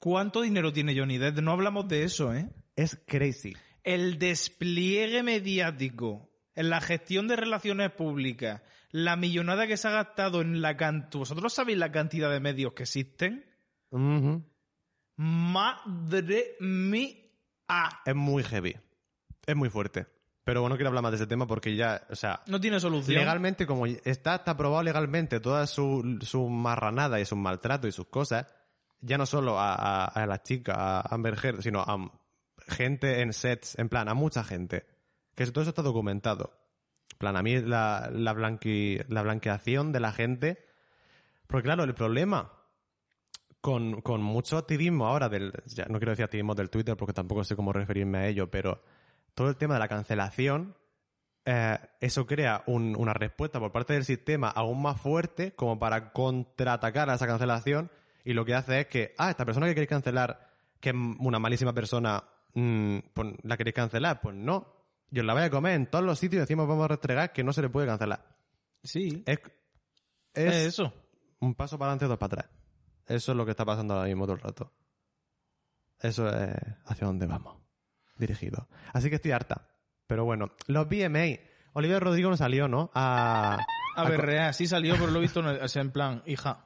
Speaker 1: ¿Cuánto dinero tiene Johnny Depp? No hablamos de eso, ¿eh?
Speaker 2: Es crazy.
Speaker 1: El despliegue mediático, en la gestión de relaciones públicas, la millonada que se ha gastado en la cantidad... ¿Vosotros sabéis la cantidad de medios que existen?
Speaker 2: Ujú.
Speaker 1: Madre mía.
Speaker 2: Es muy heavy. Es muy fuerte. Pero bueno, quiero hablar más de ese tema porque ya, o sea,
Speaker 1: No tiene solución.
Speaker 2: legalmente, como está, está aprobado legalmente toda su, su marranada y sus maltratos y sus cosas, ya no solo a, a, a las chicas, a Amber Heard, sino a m- gente en sets, en plan, a mucha gente. Que todo eso está documentado. En plan, a mí la, la, blanqui- la blanqueación de la gente. Porque claro, el problema con, con mucho activismo ahora del. ya no quiero decir activismo del Twitter porque tampoco sé cómo referirme a ello, pero todo el tema de la cancelación. eh, eso crea un- una respuesta por parte del sistema aún más fuerte como para contraatacar a esa cancelación y lo que hace es que, ah, esta persona que queréis cancelar, que es una malísima persona, mm, pues, la queréis cancelar, pues no, yo la voy a comer en todos los sitios y decimos vamos a restregar que no se le puede cancelar.
Speaker 1: Sí.
Speaker 2: Es,
Speaker 1: Es
Speaker 2: es
Speaker 1: eso.
Speaker 2: un paso para adelante, dos para atrás. Eso es lo que está pasando ahora mismo todo el rato. Eso es hacia dónde vamos. Dirigido. Así que estoy harta. Pero bueno, los BMA. Olivia Rodrigo no salió, ¿no? Ah, A,
Speaker 1: A ver, real, sí salió, pero lo he visto en, el- o sea, en plan, hija,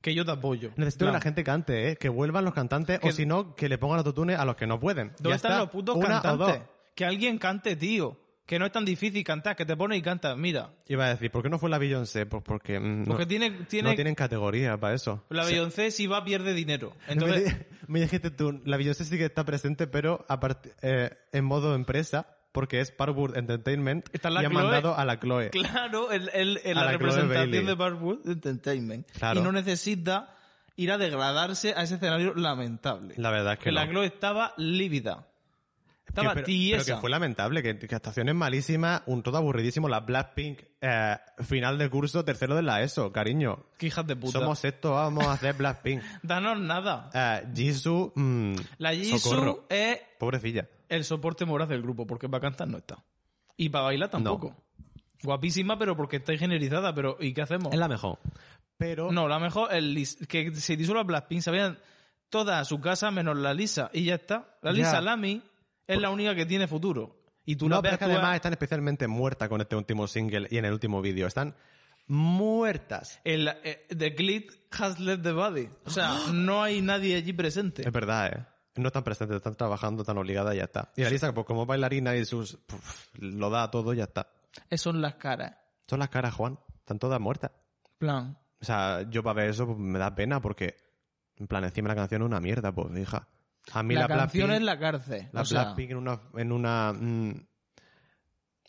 Speaker 1: que yo te apoyo.
Speaker 2: Necesito
Speaker 1: En
Speaker 2: que la
Speaker 1: plan,
Speaker 2: gente cante, ¿eh? Que vuelvan los cantantes
Speaker 1: Que-
Speaker 2: o si no, que le pongan autotune a los que no pueden.
Speaker 1: ¿Dónde
Speaker 2: Ya
Speaker 1: están
Speaker 2: está.
Speaker 1: los putos
Speaker 2: Una o
Speaker 1: cantantes?
Speaker 2: dos.
Speaker 1: Que alguien cante, tío. Que no es tan difícil cantar, que te pones y cantas. Mira,
Speaker 2: Iba a decir, ¿por qué no fue la Beyoncé? Pues porque, mm,
Speaker 1: porque
Speaker 2: no,
Speaker 1: tiene, tiene
Speaker 2: no tienen categoría para eso.
Speaker 1: la
Speaker 2: Se-
Speaker 1: Beyoncé si va pierde dinero. Entonces,
Speaker 2: [laughs]
Speaker 1: [laughs]
Speaker 2: me, di- me dijiste tú, la Beyoncé sí que está presente, pero aparte, eh, en modo empresa, porque es Parwood Entertainment
Speaker 1: Está la
Speaker 2: y han
Speaker 1: Chloe.
Speaker 2: mandado a la Chloe.
Speaker 1: claro, el, el- el-
Speaker 2: A
Speaker 1: la,
Speaker 2: la Chloe Bailey.
Speaker 1: representación de Barwood Entertainment.
Speaker 2: Claro.
Speaker 1: Y no necesita ir a degradarse a ese escenario lamentable.
Speaker 2: La verdad es que
Speaker 1: que la
Speaker 2: no.
Speaker 1: Chloe estaba lívida. Estaba
Speaker 2: Que- pero,
Speaker 1: tiesa.
Speaker 2: pero que fue lamentable, que, que actuaciones malísimas, un todo aburridísimo, la Blackpink, eh, final de curso, tercero de la ESO, cariño.
Speaker 1: Qué hijas de puta.
Speaker 2: Somos esto, vamos a hacer
Speaker 1: [laughs]
Speaker 2: Blackpink.
Speaker 1: Danos nada.
Speaker 2: Eh, Jisoo, mm,
Speaker 1: La Jisoo
Speaker 2: socorro.
Speaker 1: es
Speaker 2: Pobrecilla.
Speaker 1: el soporte moral del grupo, porque para cantar no está. Y para bailar tampoco. Guapísima, pero porque está ingenierizada, pero ¿y qué hacemos?
Speaker 2: la mejor. Pero,
Speaker 1: No, la mejor el Lis- que se disuelva Blackpink, sabían toda a su casa menos la Lisa y ya está. La
Speaker 2: Ya. Pues
Speaker 1: Lisa Lami es la única que tiene futuro. Y tú la
Speaker 2: no,
Speaker 1: ves
Speaker 2: pero es que
Speaker 1: actuar-
Speaker 2: además están especialmente muertas con este último single y en el último vídeo. Están muertas.
Speaker 1: el, eh, The Clit has left the body. O sea,
Speaker 2: [gasps]
Speaker 1: no hay nadie allí presente.
Speaker 2: Es verdad, ¿eh? No están presentes, están trabajando, están obligadas y ya está. Y la Lisa, pues como bailarina y sus... puf, lo da todo y ya está.
Speaker 1: Esas son las caras.
Speaker 2: Son las caras, Juan. Están todas muertas.
Speaker 1: Plan.
Speaker 2: O sea, yo para ver eso pues, me da pena porque... En plan, encima la canción es una mierda, pues, hija. A mí
Speaker 1: la,
Speaker 2: la,
Speaker 1: canción
Speaker 2: Blackpink-
Speaker 1: es la cárcel.
Speaker 2: la
Speaker 1: o sea,
Speaker 2: Blackpink en una... En una mm,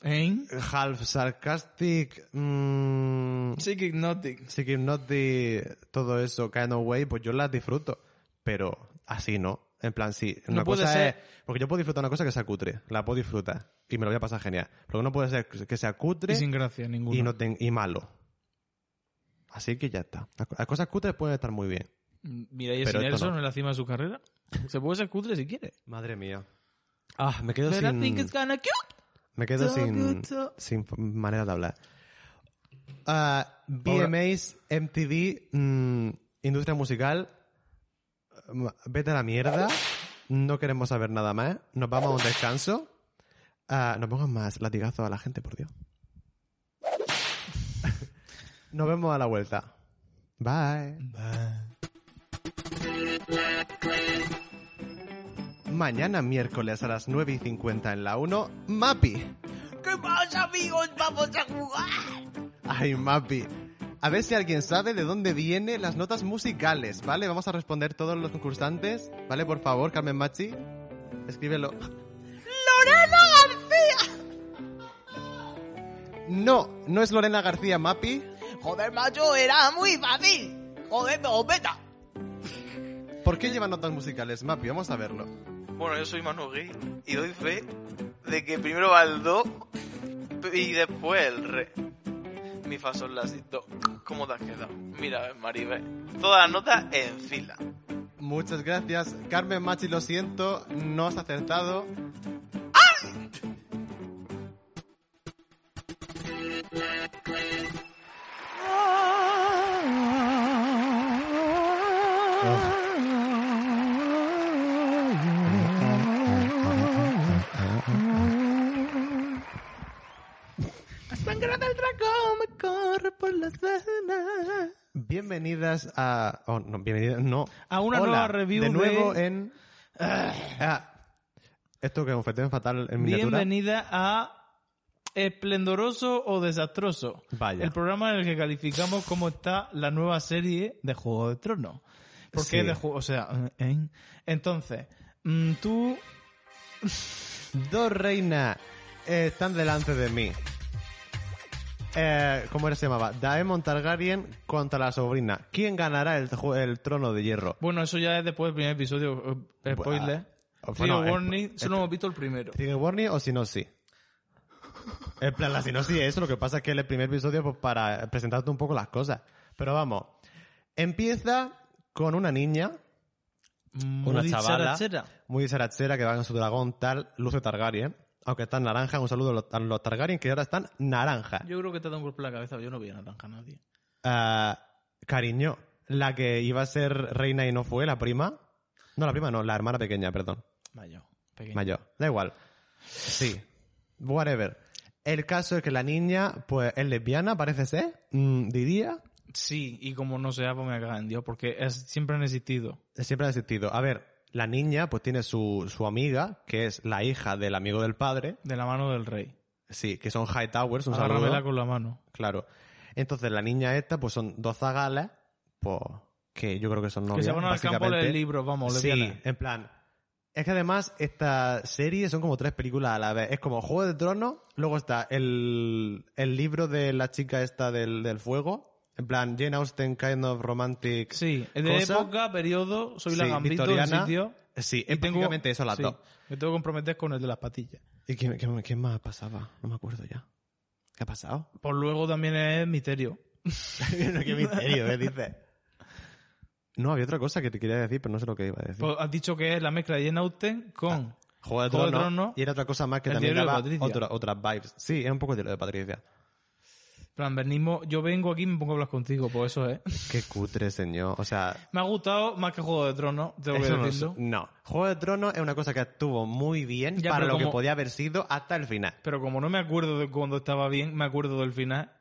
Speaker 1: ¿Eh?
Speaker 2: half sarcastic, mmm,
Speaker 1: Psychignotic.
Speaker 2: psychhypnotic, todo eso, kind of way, pues yo las disfruto. Pero así no. En plan, sí. Una
Speaker 1: No puede
Speaker 2: cosa
Speaker 1: ser.
Speaker 2: es. Porque yo puedo disfrutar una cosa que sea cutre. La puedo disfrutar. Y me lo voy a pasar genial. Pero no puede ser que sea cutre
Speaker 1: Y sin gracia ninguna.
Speaker 2: y, no ten- y malo. Así que ya está. Las co- las cosas cutres pueden estar muy bien.
Speaker 1: Mm, Mira, y
Speaker 2: Pero esto
Speaker 1: Nelson
Speaker 2: no.
Speaker 1: en la cima de su carrera. Se puede ser cutre si quiere.
Speaker 2: Madre mía. Ah, me quedo
Speaker 1: But I
Speaker 2: sin.
Speaker 1: think it's kinda cute.
Speaker 2: Me quedo
Speaker 1: So
Speaker 2: sin,
Speaker 1: good, so-
Speaker 2: sin f- manera de hablar. Ah, BMAs, MTV, mm, industria musical, mm, vete a la mierda. No queremos saber nada más. Nos vamos a un descanso. Ah, no pongas más latigazos a la gente, por Dios. [laughs] Nos vemos a la vuelta. Bye. Mañana miércoles a las 9 y 50 en la 1, Mapi.
Speaker 4: ¿Qué pasa, amigos? Vamos a jugar.
Speaker 2: Ay, Mapi. A ver si alguien sabe de dónde vienen las notas musicales, ¿vale? Vamos a responder todos los concursantes, ¿vale? Por favor, Carmen Machi, escríbelo.
Speaker 4: ¡Lorena García!
Speaker 2: No, no es Lorena García Mapi.
Speaker 4: Joder, macho, era muy fácil. Joder, pero beta.
Speaker 2: ¿Por qué lleva notas musicales, Mapi? Vamos a verlo.
Speaker 1: Bueno, yo soy Manu Gay y doy fe de que primero va el do y después el re. Mi fa sol la si do. ¿Cómo te has quedado? Mira, Maribel. Todas las notas en fila.
Speaker 2: Muchas gracias. Carmen Machi, lo siento, no has acertado. Bienvenidas a. Oh, no, bienvenidas, no.
Speaker 1: A una
Speaker 2: Hola,
Speaker 1: nueva review
Speaker 2: de nuevo
Speaker 1: de-
Speaker 2: en. Ah, esto que es un fetén fatal en miniatura.
Speaker 1: Bienvenida a Esplendoroso o Desastroso.
Speaker 2: Vaya.
Speaker 1: El programa en el que calificamos cómo está la nueva serie de Juego de Tronos. Porque
Speaker 2: Sí.
Speaker 1: es de juego, o sea, ¿eh? entonces, mm, tú
Speaker 2: Dos reinas eh, están delante de mí. Eh, ¿Cómo era se llamaba? Daemon Targaryen contra la sobrina. ¿Quién ganará el, ju- el trono de hierro?
Speaker 1: Bueno, eso ya es después del primer episodio. eh, Spoiler.
Speaker 2: ah,
Speaker 1: Trigger
Speaker 2: bueno,
Speaker 1: warning.
Speaker 2: eh,
Speaker 1: Solo hemos visto el primero.
Speaker 2: ¿Trigger warning o si no sí? En plan, la sinopsis es eso. Lo que pasa es que el primer episodio pues para presentarte un poco las cosas. Pero vamos. Empieza con una niña una
Speaker 1: Muy
Speaker 2: chavala
Speaker 1: dicharachera.
Speaker 2: muy sarachera que va en su dragón tal, luce Targaryen. Aunque están naranja, un saludo a los, a los Targaryen que ahora están naranja.
Speaker 1: Yo creo que te ha dado un golpe en la cabeza. Yo no vi a naranja a nadie.
Speaker 2: Ah, cariño, la que iba a ser reina y no fue, la prima. No, la prima no, la hermana pequeña, perdón.
Speaker 1: Mayo. Pequeño.
Speaker 2: Mayor. Da igual. Sí. Whatever. El caso es que la niña, pues, es lesbiana, parece ser. mm, diría.
Speaker 1: Sí, y como no sea, pues me cagan en Dios. Porque es- siempre han existido.
Speaker 2: Siempre ha existido. A ver, la niña, pues, tiene su, su amiga, que es la hija del amigo del padre.
Speaker 1: De la mano del rey.
Speaker 2: Sí, que son high towers, un
Speaker 1: Agárramela
Speaker 2: saludo.
Speaker 1: con la mano.
Speaker 2: Claro. Entonces, la niña esta, pues son dos zagales, pues, que yo creo que son novias,
Speaker 1: que se van al campo a leer
Speaker 2: básicamente.
Speaker 1: libros. Vamos, le
Speaker 2: Sí, en plan. Es que además, esta serie son como tres películas a la vez. Es como Juego de Tronos, luego está el, el libro de la chica esta del, del fuego, en plan Jane Austen kind of romantic.
Speaker 1: Sí, es de
Speaker 2: cosa.
Speaker 1: época, periodo. Soy la
Speaker 2: Sí,
Speaker 1: gambito del
Speaker 2: victoriana.
Speaker 1: sitio.
Speaker 2: Sí,
Speaker 1: y
Speaker 2: es prácticamente eso las
Speaker 1: sí,
Speaker 2: dos.
Speaker 1: Me tengo que comprometer con el de las patillas.
Speaker 2: ¿Y quién, quién- quién más pasaba? No me acuerdo ya. ¿Qué ha [laughs] pasado?
Speaker 1: Por luego también es misterio.
Speaker 2: Qué misterio, ¿eh? Dices. No, había otra cosa que te quería decir, pero no sé lo que iba a decir.
Speaker 1: Pues has dicho que es la mezcla de Jane Austen
Speaker 2: Ah.
Speaker 1: con...
Speaker 2: Juego de
Speaker 1: Juego de
Speaker 2: Tronos.
Speaker 1: Tronos.
Speaker 2: Y era otra cosa más que
Speaker 1: El
Speaker 2: también
Speaker 1: diario de
Speaker 2: daba
Speaker 1: Patricia.
Speaker 2: otra- otras vibes. Sí, era un poco el diario de Patricia.
Speaker 1: plan, venimos, yo vengo aquí y me pongo a hablar contigo, por eso es. [laughs]
Speaker 2: Qué cutre, señor. O sea,
Speaker 1: Me ha gustado más que Juego de Tronos, tengo que
Speaker 2: Eso no,
Speaker 1: decirlo.
Speaker 2: es- no. Juego de Tronos es una cosa que estuvo muy bien
Speaker 1: Ya,
Speaker 2: para
Speaker 1: pero
Speaker 2: lo que
Speaker 1: como-
Speaker 2: podía haber sido hasta el final.
Speaker 1: Pero como no me acuerdo de cuando estaba bien, me acuerdo del final.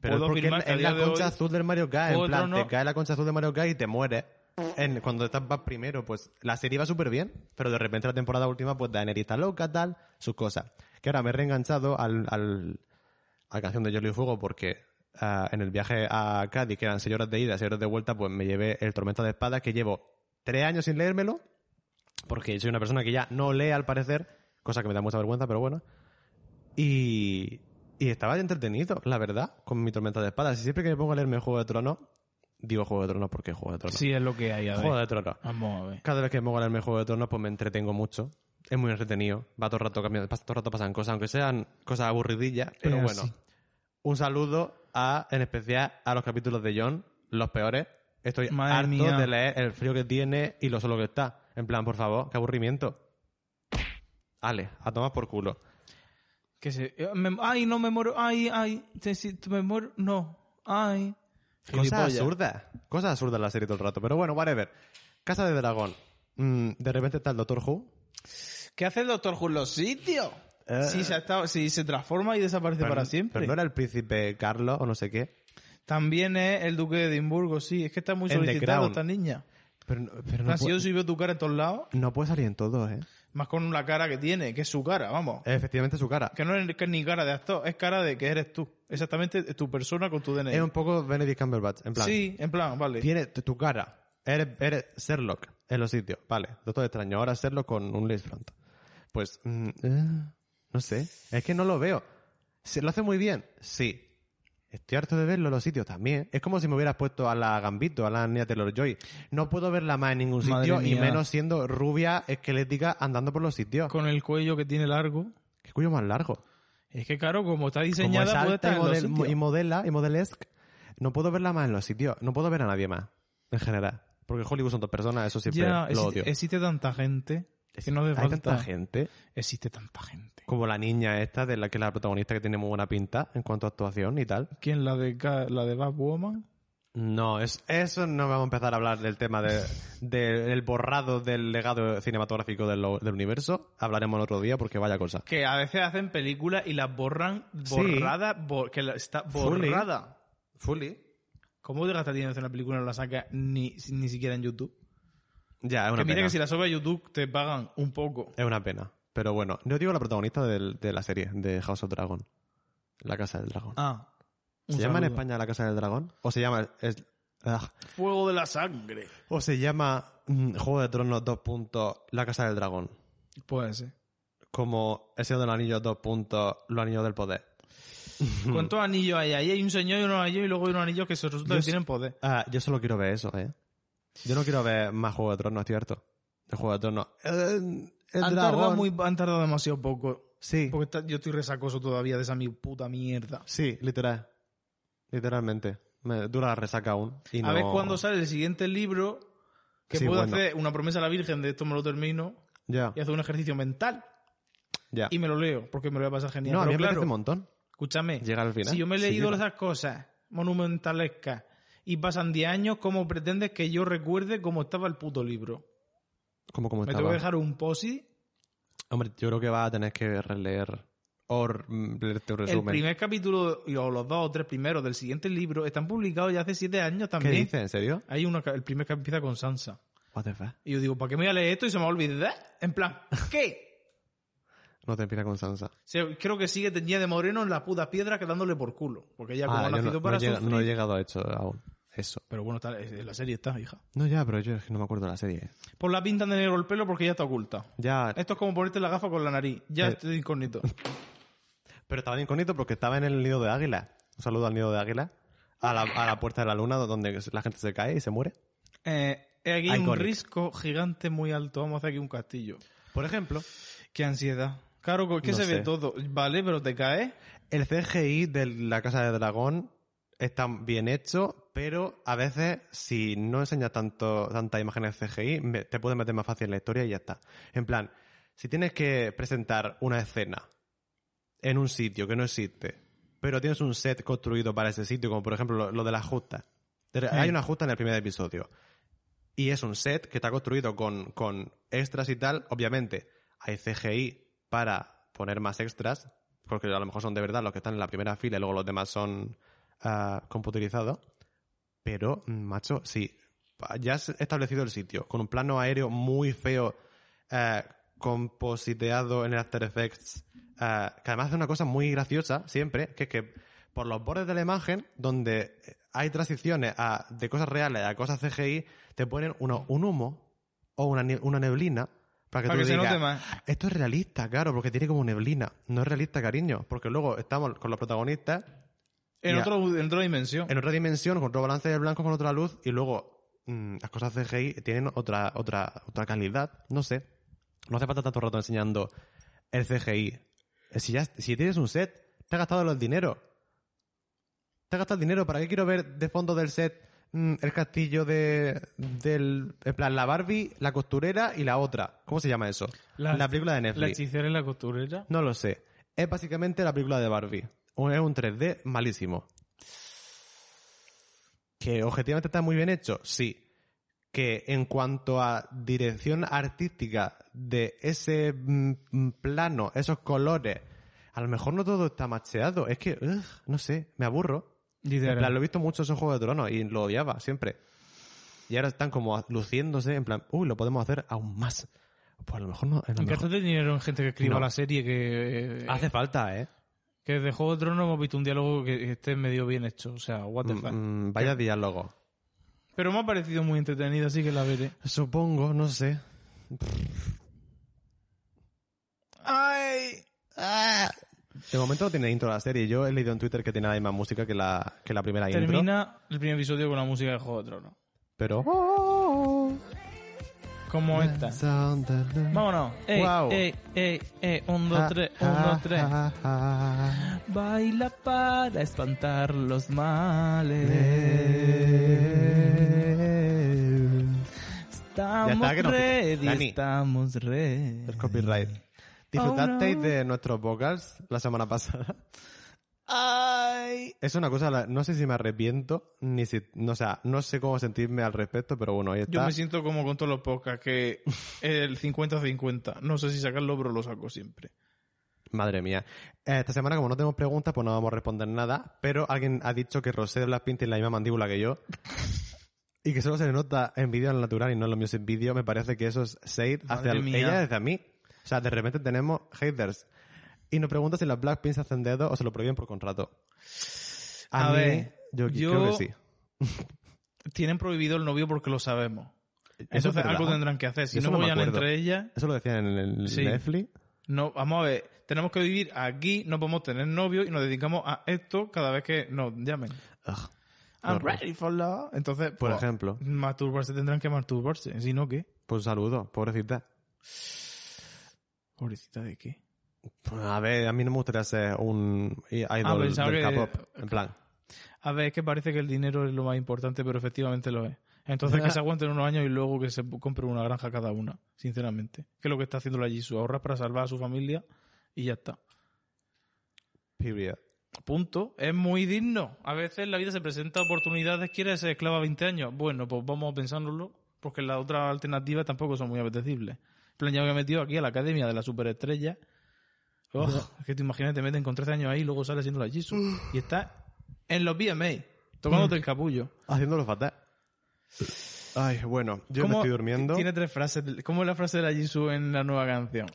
Speaker 2: Pero es
Speaker 1: Puedo
Speaker 2: porque
Speaker 1: afirmar
Speaker 2: es
Speaker 1: que a
Speaker 2: la
Speaker 1: día de
Speaker 2: concha
Speaker 1: hoy-
Speaker 2: azul del Mario Kart.
Speaker 1: Juego
Speaker 2: En
Speaker 1: de
Speaker 2: plan,
Speaker 1: Tronos-
Speaker 2: te cae la concha azul del Mario Kart y te mueres. En- cuando estás vas primero, pues la serie va súper bien, pero de repente la temporada última, pues Daenerys está loca, tal, sus cosas. Que ahora me he reenganchado al, al, a la canción de Jolly Fuego porque ah, en el viaje a Cádiz, que eran 6 horas de ida, 6 horas de vuelta, pues me llevé el Tormenta de Espadas que llevo 3 años sin leérmelo, porque soy una persona que ya no lee al parecer, cosa que me da mucha vergüenza, pero bueno. Y, y estaba entretenido, la verdad, con mi tormenta de espadas. Y siempre que me pongo a leerme Juego de Tronos, digo Juego de Tronos porque Juego de Tronos.
Speaker 1: Sí, es lo que hay, a ver.
Speaker 2: Juego de Tronos.
Speaker 1: Vamos a ver.
Speaker 2: Cada vez que me pongo a leerme Juego de Tronos, pues me entretengo mucho. Es muy entretenido. Va todo el rato cambiando, pasa- todo el rato pasan cosas, aunque sean cosas aburridillas, pero
Speaker 1: Es
Speaker 2: bueno.
Speaker 1: así.
Speaker 2: Un saludo a, en especial, a los capítulos de John, los peores. Estoy
Speaker 1: Madre
Speaker 2: harto
Speaker 1: mía.
Speaker 2: de leer el frío que tiene y lo solo que está. En plan, por favor, qué aburrimiento. Ale, a tomar por culo.
Speaker 1: Que se, eh, me- ay, no me muero. Ay, ay. te- si- me muero. No. Ay.
Speaker 2: Cosas
Speaker 1: Gilipollas.
Speaker 2: absurdas. Cosas absurdas la serie todo el rato. Pero bueno, whatever. Casa de Dragón. Mm, de repente está el Doctor Who.
Speaker 1: ¿Qué hace el Doctor Who en los sitios?
Speaker 2: Eh.
Speaker 1: Si se, ha estado- si se transforma y desaparece para siempre.
Speaker 2: Pero no era el príncipe Carlos o no sé qué.
Speaker 1: También es el Duque de Edimburgo, sí. Es que está muy
Speaker 2: En The
Speaker 1: solicitado
Speaker 2: Crown.
Speaker 1: esta niña.
Speaker 2: Pero, no- pero no,
Speaker 1: Ah, si
Speaker 2: puede-
Speaker 1: yo sí veo tu cara en todos lados,
Speaker 2: no puede salir en todos, ¿eh?
Speaker 1: más con la cara que tiene, que es su cara, vamos.
Speaker 2: Efectivamente su cara.
Speaker 1: Que no es, que es ni cara de actor, es cara de que eres tú. Exactamente es tu persona con tu DNI.
Speaker 2: Es un poco Benedict Cumberbatch, en plan.
Speaker 1: Sí, en plan, vale.
Speaker 2: Tiene tu tu cara. Eres, eres Sherlock en los sitios. Vale, doctor extraño. Ahora Sherlock con un lace front. Pues, mm, eh, no sé. Es que no lo veo. ¿Se lo hace muy bien? Sí. Estoy harto de verlo en los sitios también. Es como si me hubieras puesto a la Gambito, a la Nia Taylor Joy. No puedo verla más en ningún
Speaker 1: Madre
Speaker 2: sitio y
Speaker 1: mía.
Speaker 2: menos siendo rubia, esquelética, andando por los sitios.
Speaker 1: Con el cuello que tiene largo.
Speaker 2: ¿Qué cuello más largo?
Speaker 1: Es que claro, como está
Speaker 2: Como
Speaker 1: diseñada,
Speaker 2: es
Speaker 1: puede
Speaker 2: alta
Speaker 1: estar
Speaker 2: y,
Speaker 1: en los
Speaker 2: model-
Speaker 1: sitios.
Speaker 2: y modela y modelesque, no puedo verla más en los sitios. No puedo ver a nadie más, en general. Porque Hollywood son dos personas, eso siempre
Speaker 1: Ya,
Speaker 2: lo
Speaker 1: existe,
Speaker 2: odio.
Speaker 1: existe tanta gente que no hace
Speaker 2: Hay
Speaker 1: falta.
Speaker 2: tanta gente,
Speaker 1: Existe tanta gente.
Speaker 2: como la niña esta, de la que es la protagonista que tiene muy buena pinta en cuanto a actuación y tal.
Speaker 1: ¿Quién? ¿La de, Ga- la de Batwoman?
Speaker 2: No, es, eso no vamos a empezar a hablar del tema de, del borrado del legado cinematográfico del, lo- del universo. Hablaremos el otro día porque vaya cosa.
Speaker 1: Que a veces hacen películas y las borran
Speaker 2: Sí.
Speaker 1: borrada, bo- que la- está
Speaker 2: Fully.
Speaker 1: borrada.
Speaker 2: Fully.
Speaker 1: ¿Cómo te gastas dinero en hacer una película y no la saca ni, ni siquiera en YouTube?
Speaker 2: Ya, es una
Speaker 1: Que mira
Speaker 2: pena.
Speaker 1: que si la subes a YouTube te pagan un poco.
Speaker 2: Es una pena. Pero bueno, yo digo la protagonista del- de la serie, de House of Dragon. La Casa del Dragón.
Speaker 1: Ah.
Speaker 2: ¿Se llama en España La Casa del Dragón? ¿O se llama... es- ah,
Speaker 1: Fuego de la sangre.
Speaker 2: ¿O se llama mm, Juego de Tronos 2. puntos, La Casa del Dragón?
Speaker 1: Puede
Speaker 2: [laughs]
Speaker 1: ser.
Speaker 2: Como El Señor de los Anillos 2. puntos, Los Anillos del Poder.
Speaker 1: ¿Cuántos anillos hay ahí? Hay un señor y unos anillos y luego hay unos anillos que se resulta
Speaker 2: Yo
Speaker 1: que
Speaker 2: sé-
Speaker 1: tienen poder.
Speaker 2: Ah, yo solo quiero ver eso, ¿eh? Yo no quiero ver más Juego de Tronos, ¿cierto? El Juego de Tronos... Eh, el
Speaker 1: Han tardado,
Speaker 2: dragón...
Speaker 1: muy, han tardado demasiado poco.
Speaker 2: Sí,
Speaker 1: Porque está- yo estoy resacoso todavía de esa mi puta mierda.
Speaker 2: sí, literal. Literalmente. Me dura la resaca aún. y
Speaker 1: A ver
Speaker 2: no-
Speaker 1: cuándo sale el siguiente libro que
Speaker 2: Sí,
Speaker 1: puedo
Speaker 2: bueno.
Speaker 1: hacer una promesa a la Virgen de esto me lo termino
Speaker 2: Ya,
Speaker 1: y hacer un ejercicio mental
Speaker 2: ya.
Speaker 1: y me lo leo porque me lo voy a pasar genial.
Speaker 2: No, a mí
Speaker 1: Pero
Speaker 2: me
Speaker 1: claro,
Speaker 2: parece un montón.
Speaker 1: escúchame,
Speaker 2: Llegar al final.
Speaker 1: si yo me he
Speaker 2: Sí,
Speaker 1: leído
Speaker 2: llega.
Speaker 1: esas cosas monumentalescas y pasan 10 años, ¿cómo pretendes que yo recuerde cómo estaba el puto libro?
Speaker 2: ¿Cómo, cómo
Speaker 1: ¿Me
Speaker 2: estaba?
Speaker 1: tengo que dejar un posi?
Speaker 2: Hombre, yo creo que vas a tener que releer o mm, leerte un
Speaker 1: El
Speaker 2: resumen.
Speaker 1: primer capítulo, y- o los dos o tres primeros del siguiente libro, están publicados ya hace 7 años
Speaker 2: ¿Qué
Speaker 1: también.
Speaker 2: dices? ¿En serio?
Speaker 1: Hay uno, que- el primer que empieza con Sansa.
Speaker 2: What the fuck?
Speaker 1: Y yo digo, ¿para qué me voy a leer esto y se me va a olvidar? En plan, ¿qué?
Speaker 2: No te empieza con Sansa.
Speaker 1: Se- creo que sigue tenía de moreno en la puta piedra que dándole por culo. Porque ella como
Speaker 2: Ah,
Speaker 1: ha
Speaker 2: yo
Speaker 1: nacido
Speaker 2: no,
Speaker 1: para
Speaker 2: no, he llega-
Speaker 1: sufrir.
Speaker 2: no he llegado a eso aún. Eso.
Speaker 1: Pero bueno, está, es- la serie está, hija.
Speaker 2: No, ya, pero yo es que no me acuerdo de la serie.
Speaker 1: Por la pinta de negro el pelo porque ya está oculta.
Speaker 2: Ya,
Speaker 1: Esto es como ponerte la gafa con la nariz. Ya
Speaker 2: Eh.
Speaker 1: estoy
Speaker 2: [laughs]
Speaker 1: incógnito.
Speaker 2: pero estaba de incógnito porque estaba en el nido de águila. Un saludo al nido de águila. A la, a la puerta de la luna donde la gente se cae y se muere.
Speaker 1: Eh, he aquí un
Speaker 2: Iconic.
Speaker 1: risco gigante muy alto. Vamos a hacer aquí un castillo.
Speaker 2: Por ejemplo,
Speaker 1: Qué ansiedad. Claro, que es que
Speaker 2: No
Speaker 1: se ve
Speaker 2: sé.
Speaker 1: todo. Vale, pero te caes.
Speaker 2: El CGI de la Casa de Dragón está bien hecho, pero a veces si no enseñas tanto, tantas imágenes CGI, me- te puedes meter más fácil en la historia y ya está. En plan, si tienes que presentar una escena en un sitio que no existe, pero tienes un set construido para ese sitio, como por ejemplo lo, lo de las justas. De- Hay una justa en el primer episodio. Y es un set que está construido con, con extras y tal. Obviamente, hay CGI para poner más extras, porque a lo mejor son de verdad los que están en la primera fila y luego los demás son ah, computerizados. Pero, mm, macho, sí. pa- Ya has establecido el sitio, con un plano aéreo muy feo, eh, compositeado en el After Effects, eh, que además hace una cosa muy graciosa siempre, que es que por los bordes de la imagen, donde hay transiciones a- de cosas reales a cosas CGI, te ponen uno, un humo o una, nie- una neblina Para que,
Speaker 1: Para
Speaker 2: tú
Speaker 1: que se
Speaker 2: digas,
Speaker 1: note más.
Speaker 2: Esto es realista, claro, porque tiene como neblina. No es realista, cariño, porque luego estamos con los protagonistas
Speaker 1: En,
Speaker 2: Ya.
Speaker 1: otro, en otra dimensión.
Speaker 2: en otra dimensión, con otro balance de blanco, con otra luz, y luego mm, las cosas CGI tienen otra, otra, otra calidad, no sé. No hace falta tanto rato enseñando el CGI. Eh, Si, ya, si tienes un set, te has gastado los dineros. Te has gastado el dinero, ¿para qué quiero ver de fondo del set mm, el castillo de, del... En plan, la Barbie, la costurera y la otra. ¿Cómo se llama eso? La, película de Netflix.
Speaker 1: La hechicera y la costurera.
Speaker 2: No lo sé. Es básicamente la película de Barbie. O Es un 3D malísimo. Que objetivamente está muy bien hecho, sí. Que en cuanto a dirección artística de ese mm, mm, plano, esos colores, a lo mejor no todo está macheado. Es que, ugh, no sé, me aburro. En plan, lo he visto mucho esos Juegos de Tronos y lo odiaba siempre. Y ahora están como luciéndose en plan, uy, lo podemos hacer aún más. Pues a lo mejor no. a lo mejor-
Speaker 1: Gástate dinero en gente que escriba
Speaker 2: No.
Speaker 1: la serie que, eh,
Speaker 2: Hace falta, ¿eh?
Speaker 1: que de Juego de Tronos hemos visto un diálogo que, que esté medio bien hecho. O sea, what the fuck.
Speaker 2: Mm, mm, vaya diálogo.
Speaker 1: Pero me ha parecido muy entretenida, así que la veré.
Speaker 2: Supongo, no sé.
Speaker 1: ¡Ay!
Speaker 2: Ah. De momento no tiene intro la serie. Yo he leído en Twitter que tiene la misma música que la, que la primera intro.
Speaker 1: Termina el primer episodio con la música de Juego de Tronos.
Speaker 2: Pero.
Speaker 1: Como esta. Vámonos. Ey,
Speaker 2: Mm. Guau. Ah,
Speaker 1: ey, ey, ey. Un, dos, tres. Un, dos, tres. Baila para espantar los
Speaker 2: Eh.
Speaker 1: males. Estamos
Speaker 2: Ya está, que no-
Speaker 1: ready,
Speaker 2: Dani.
Speaker 1: estamos ready.
Speaker 2: El copyright. ¿Disfrutasteis
Speaker 1: no.
Speaker 2: de nuestros vocals la semana pasada?
Speaker 4: Ay.
Speaker 2: Es una cosa, la- no sé si me arrepiento, ni si, no, o sea, no sé cómo sentirme al respecto, pero bueno, ahí
Speaker 1: Yo
Speaker 2: está.
Speaker 1: me siento como con todos los podcasts, que el 50-50. No sé si sacarlo, pero lo saco siempre.
Speaker 2: Madre mía. Eh, Esta semana, como no tenemos preguntas, pues no vamos a responder nada. Pero alguien ha dicho que Rosé de Blackpink tiene la misma mandíbula que yo. Y que solo se le nota en vídeo al natural y no en los music video. Me parece que eso es shade hacia
Speaker 1: Madre
Speaker 2: el-
Speaker 1: mía.
Speaker 2: ella desde a mí. O sea, de repente tenemos haters. Y nos pregunta si las Blackpink se hacen dedos o se lo prohíben por contrato. A,
Speaker 1: A
Speaker 2: mí,
Speaker 1: ver,
Speaker 2: yo, qui-
Speaker 1: yo-
Speaker 2: creo que sí.
Speaker 1: Tienen prohibido el novio porque lo sabemos.
Speaker 2: Eso es
Speaker 1: Entonces algo
Speaker 2: verdad.
Speaker 1: tendrán que hacer. Si
Speaker 2: Eso
Speaker 1: no
Speaker 2: no me
Speaker 1: vayan
Speaker 2: acuerdo.
Speaker 1: entre ellas,
Speaker 2: Eso lo decían en el
Speaker 1: Sí.
Speaker 2: Netflix.
Speaker 1: no, vamos a ver. Tenemos que vivir aquí, no podemos tener novio y nos dedicamos a esto cada vez que nos llamen.
Speaker 2: Ugh.
Speaker 1: I'm
Speaker 2: Claro.
Speaker 1: ready for love. Entonces,
Speaker 2: Por
Speaker 1: pues,
Speaker 2: ejemplo.
Speaker 1: masturbarse tendrán que masturbarse. Si no, ¿qué?
Speaker 2: Pues saludo, pobrecita.
Speaker 1: Pobrecita de qué.
Speaker 2: Pues, A ver, a mí no me gustaría ser un idol
Speaker 1: pensaba
Speaker 2: del
Speaker 1: que-
Speaker 2: K-pop. En plan,
Speaker 1: A ver, es que parece que el dinero es lo más importante, pero efectivamente lo es. Entonces que
Speaker 2: [laughs]
Speaker 1: se aguanten unos años y luego que se compren una granja cada una, sinceramente. Que es lo que está haciendo la Jisoo. Ahorra para salvar a su familia y ya está.
Speaker 2: period.
Speaker 1: Punto. Es muy digno. A veces la vida se presenta oportunidades. ¿Quieres ser esclava 20 años? Bueno, pues vamos a pensándolo, porque las otras alternativas tampoco son muy apetecibles. En plan, ya me he metido aquí a la Academia de la Superestrella. Oh, es que te imaginas, te meten con 13 años ahí y luego sales siendo la Jisoo. Y estás en los BMA, tocándote el capullo.
Speaker 2: Haciéndolo fatal. Ay, bueno, yo me
Speaker 1: ¿Cómo-
Speaker 2: estoy durmiendo.
Speaker 1: Tiene tres frases. ¿Cómo es la frase de la Jisoo en la nueva canción?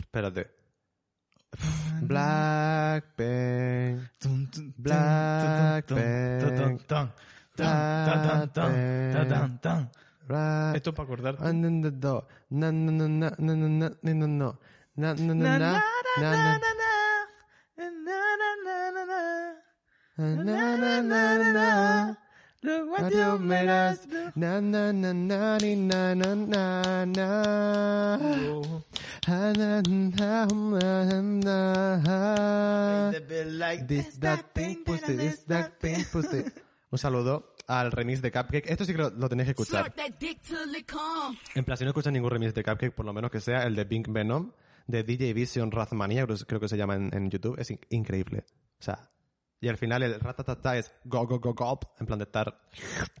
Speaker 2: Espérate. Blackpink.
Speaker 1: Tun, tun, tun,
Speaker 2: Black
Speaker 1: tun, tun, tun,
Speaker 2: Bank.
Speaker 1: tun, tan, tan, tan, tan, tan, tan, tan.
Speaker 2: Black.
Speaker 1: Esto es para acordar.
Speaker 2: Ah, no, no, no. Na, na, na, na, na, na, na, na, na, no. Na, na, na, na, na, na, na, na, na, na. What you made us. Na, na, na, na, ni, na, na, na, na. Ah, na, na, na, na, na. This, that pink pussy, this, that pink pussy. Un saludo al remix de Cupcake. Esto sí que lo, lo tenéis que escuchar. En plan, si no escuchas ningún remix de Cupcake, por lo menos que sea el de Pink Venom, de DJ Vision Razmania, creo, creo que se llama en, en YouTube. Es in- increíble. O sea, y al final el ratatata es go, go, go, go, en plan de estar...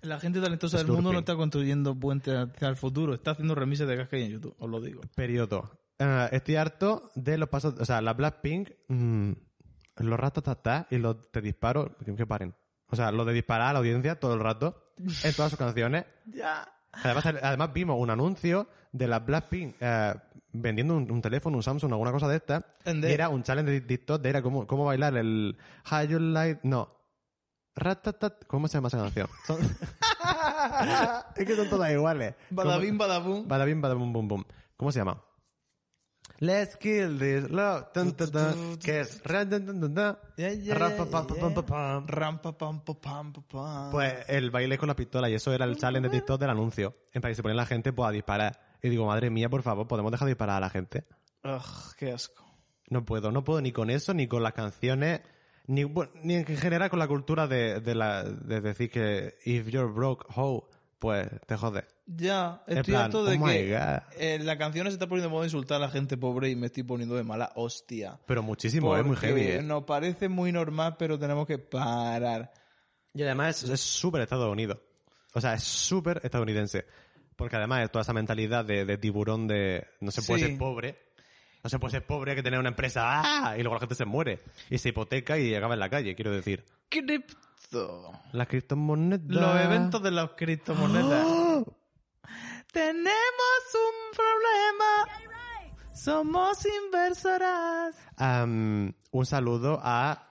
Speaker 1: La gente talentosa del
Speaker 2: Slurping.
Speaker 1: mundo no está construyendo puentes hacia el futuro, está haciendo remises de cascada en YouTube, os lo digo.
Speaker 2: Periodo. Eh, estoy harto de los pasos... O sea, la Blackpink, mm, los ratatata y los te disparo... Que, que paren. O sea, lo de disparar a la audiencia todo el rato, en todas sus canciones.
Speaker 4: Ya.
Speaker 2: Además, además vimos un anuncio de la Blackpink eh, vendiendo un, un teléfono, un Samsung, alguna cosa de esta.
Speaker 1: And
Speaker 2: Y
Speaker 1: then-
Speaker 2: era un challenge de TikTok de era cómo, cómo bailar el [laughs] How You Like... No. Ratatat... ¿Cómo se llama esa canción? Son- es que son todas iguales.
Speaker 1: Badabim, badabum.
Speaker 2: Badabim, badabum, bum, bum. ¿Cómo se llama? Let's kill this love. Tan, tan, tan, que es. Ran, tan, tan, tan, tan.
Speaker 1: Ya, ya,
Speaker 2: Ram, pam, pam,
Speaker 1: ya,
Speaker 2: pam,
Speaker 1: ya.
Speaker 2: pam, pam.
Speaker 1: Ram, pa, pam, pa, pam, pa, pam.
Speaker 2: Pues el baile con la pistola, y eso era el challenge de TikTok del anuncio. En para que se ponía la gente pues, a disparar. Y digo, madre mía, por favor, podemos dejar de disparar a la gente.
Speaker 1: Ugh, qué asco.
Speaker 2: No puedo, no puedo ni con eso, ni con las canciones, ni, bu- ni en general con la cultura de, de, la, de decir que if you're broke, how, pues te jode.
Speaker 1: Ya,
Speaker 2: En
Speaker 1: estoy
Speaker 2: plan,
Speaker 1: harto de
Speaker 2: oh my
Speaker 1: que
Speaker 2: God.
Speaker 1: eh, la canción se está poniendo modo insultar a la gente pobre y me estoy poniendo de mala hostia.
Speaker 2: Pero muchísimo, es muy
Speaker 1: Porque
Speaker 2: heavy. ¿eh?
Speaker 1: Nos parece muy normal, pero tenemos que parar.
Speaker 2: Y además es- es súper Estados Unidos. O sea, es súper estadounidense. Porque además es toda esa mentalidad de, de tiburón de no se puede
Speaker 1: Sí.
Speaker 2: ser pobre. No se puede ser pobre, hay que tener una empresa. ¡ah! Y luego la gente se muere. Y se hipoteca y acaba en la calle, quiero decir.
Speaker 1: Cripto.
Speaker 2: Las criptomonedas.
Speaker 1: Los eventos de las criptomonedas. [gasps] Tenemos un problema. Somos inversoras.
Speaker 2: Am, un saludo a.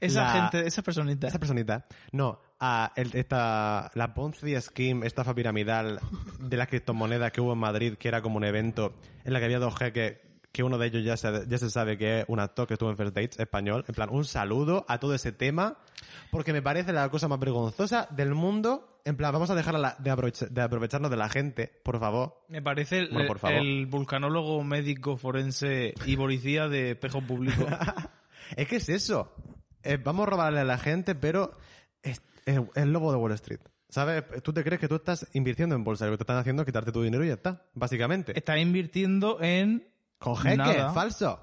Speaker 1: Esa
Speaker 2: la-
Speaker 1: gente, esa personita.
Speaker 2: Esa personita. No, a el- esta, la Ponzi Scheme, estafa piramidal de las criptomonedas que hubo en Madrid, que era como un evento en la que había dos jeques, que uno de ellos ya se, ya se sabe que es un actor que estuvo en First Dates español. En plan, un saludo a todo ese tema, porque me parece la cosa más vergonzosa del mundo. En plan, vamos a dejar a la- de, aprovecha- de aprovecharnos de la gente, por favor.
Speaker 1: Me parece el,
Speaker 2: Bueno, por favor.
Speaker 1: el vulcanólogo, médico, forense y policía de espejo [laughs] público.
Speaker 2: [laughs] Es que es eso. Eh, vamos a robarle a la gente, pero es, es- es el lobo de Wall Street. ¿Sabes? Tú te crees que tú estás invirtiendo en bolsa. Lo que te están haciendo es quitarte tu dinero y ya está. Básicamente.
Speaker 1: Está invirtiendo en
Speaker 2: Con jeques
Speaker 1: Eh, nada.
Speaker 2: falsos.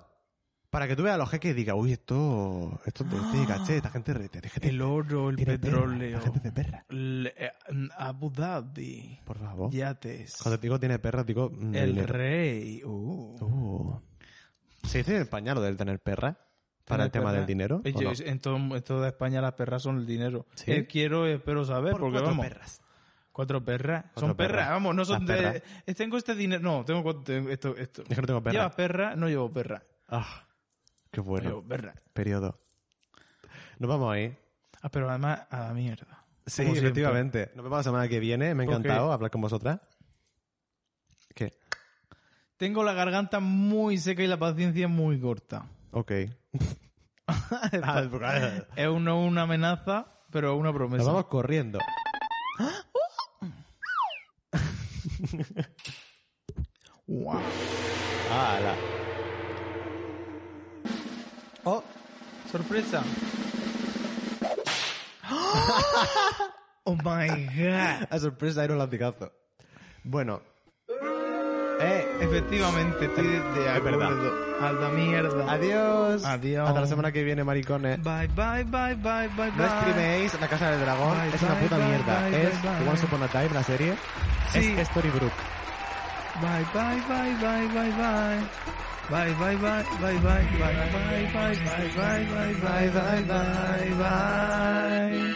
Speaker 2: Para que tú veas a los jeques y digas, uy, esto, esto te- tiene caché, esta gente, re- tiene gente-
Speaker 1: el oro, el
Speaker 2: tiene perra,
Speaker 1: petróleo,
Speaker 2: esta gente tiene perra.
Speaker 1: el- eh, Abu Dhabi,
Speaker 2: Por favor.
Speaker 1: yates,
Speaker 2: Cuando digo tiene perra, digo mm,
Speaker 1: Oh. el
Speaker 2: dinero.
Speaker 1: rey. uh.
Speaker 2: Uh. ¿Se dice en España lo del tener perra? Para
Speaker 1: Tener
Speaker 2: el tema
Speaker 1: perra.
Speaker 2: del dinero.
Speaker 1: Eh,
Speaker 2: ¿o
Speaker 1: yo-
Speaker 2: no?
Speaker 1: En, todo- en toda España las perras son el dinero.
Speaker 2: ¿Sí?
Speaker 1: Eh, quiero, espero saber,
Speaker 2: Por
Speaker 1: porque
Speaker 2: cuatro
Speaker 1: vamos.
Speaker 2: perras.
Speaker 1: Cuatro perras.
Speaker 2: Cuatro
Speaker 1: son perras,
Speaker 2: perras.
Speaker 1: vamos, no son
Speaker 2: Las
Speaker 1: de.
Speaker 2: perras.
Speaker 1: eh, Tengo este dinero. No, tengo cuatro- esto, esto. [laughs]
Speaker 2: Es que no tengo perra.
Speaker 1: ¿Llevas perra? No llevo perra.
Speaker 2: Ah, qué
Speaker 1: No
Speaker 2: bueno.
Speaker 1: llevo perra.
Speaker 2: periodo. Nos vamos ahí.
Speaker 1: Ah, pero además a la mierda.
Speaker 2: Sí,
Speaker 1: Como siempre.
Speaker 2: efectivamente. Nos vemos la semana que viene. Me ha
Speaker 1: ¿Por qué?
Speaker 2: encantado hablar con vosotras. ¿Qué?
Speaker 1: Tengo la garganta muy seca y la paciencia muy corta. [laughs]
Speaker 2: Ok. Ah,
Speaker 1: Es un- no una amenaza, pero una
Speaker 2: Nos
Speaker 1: promesa.
Speaker 2: vamos corriendo.
Speaker 1: Guau.
Speaker 2: ¡Hala!
Speaker 1: ¡Oh!
Speaker 2: [laughs]
Speaker 1: ¡Sorpresa! ¡Oh my god!
Speaker 2: A sorpresa era un latigazo. Bueno. Eh,
Speaker 1: Efectivamente, estoy de, de
Speaker 2: Es verdad.
Speaker 1: acuerdo. A la mierda.
Speaker 2: adiós.
Speaker 1: Adiós.
Speaker 2: Hasta la semana que viene, maricones.
Speaker 1: Bye, bye, bye, bye, bye,
Speaker 2: No
Speaker 1: bye.
Speaker 2: streaméis La Casa del Dragón.
Speaker 1: Bye,
Speaker 2: es una
Speaker 1: bye,
Speaker 2: puta
Speaker 1: bye,
Speaker 2: mierda.
Speaker 1: bye, bye,
Speaker 2: es
Speaker 1: bye.
Speaker 2: Once Upon a Time, la serie.
Speaker 1: Sí.
Speaker 2: Es Storybrooke.
Speaker 1: Bye, bye, bye, bye, bye, bye. Bye, bye, bye, bye, bye, bye, bye, bye, bye, bye, bye, bye, bye, bye.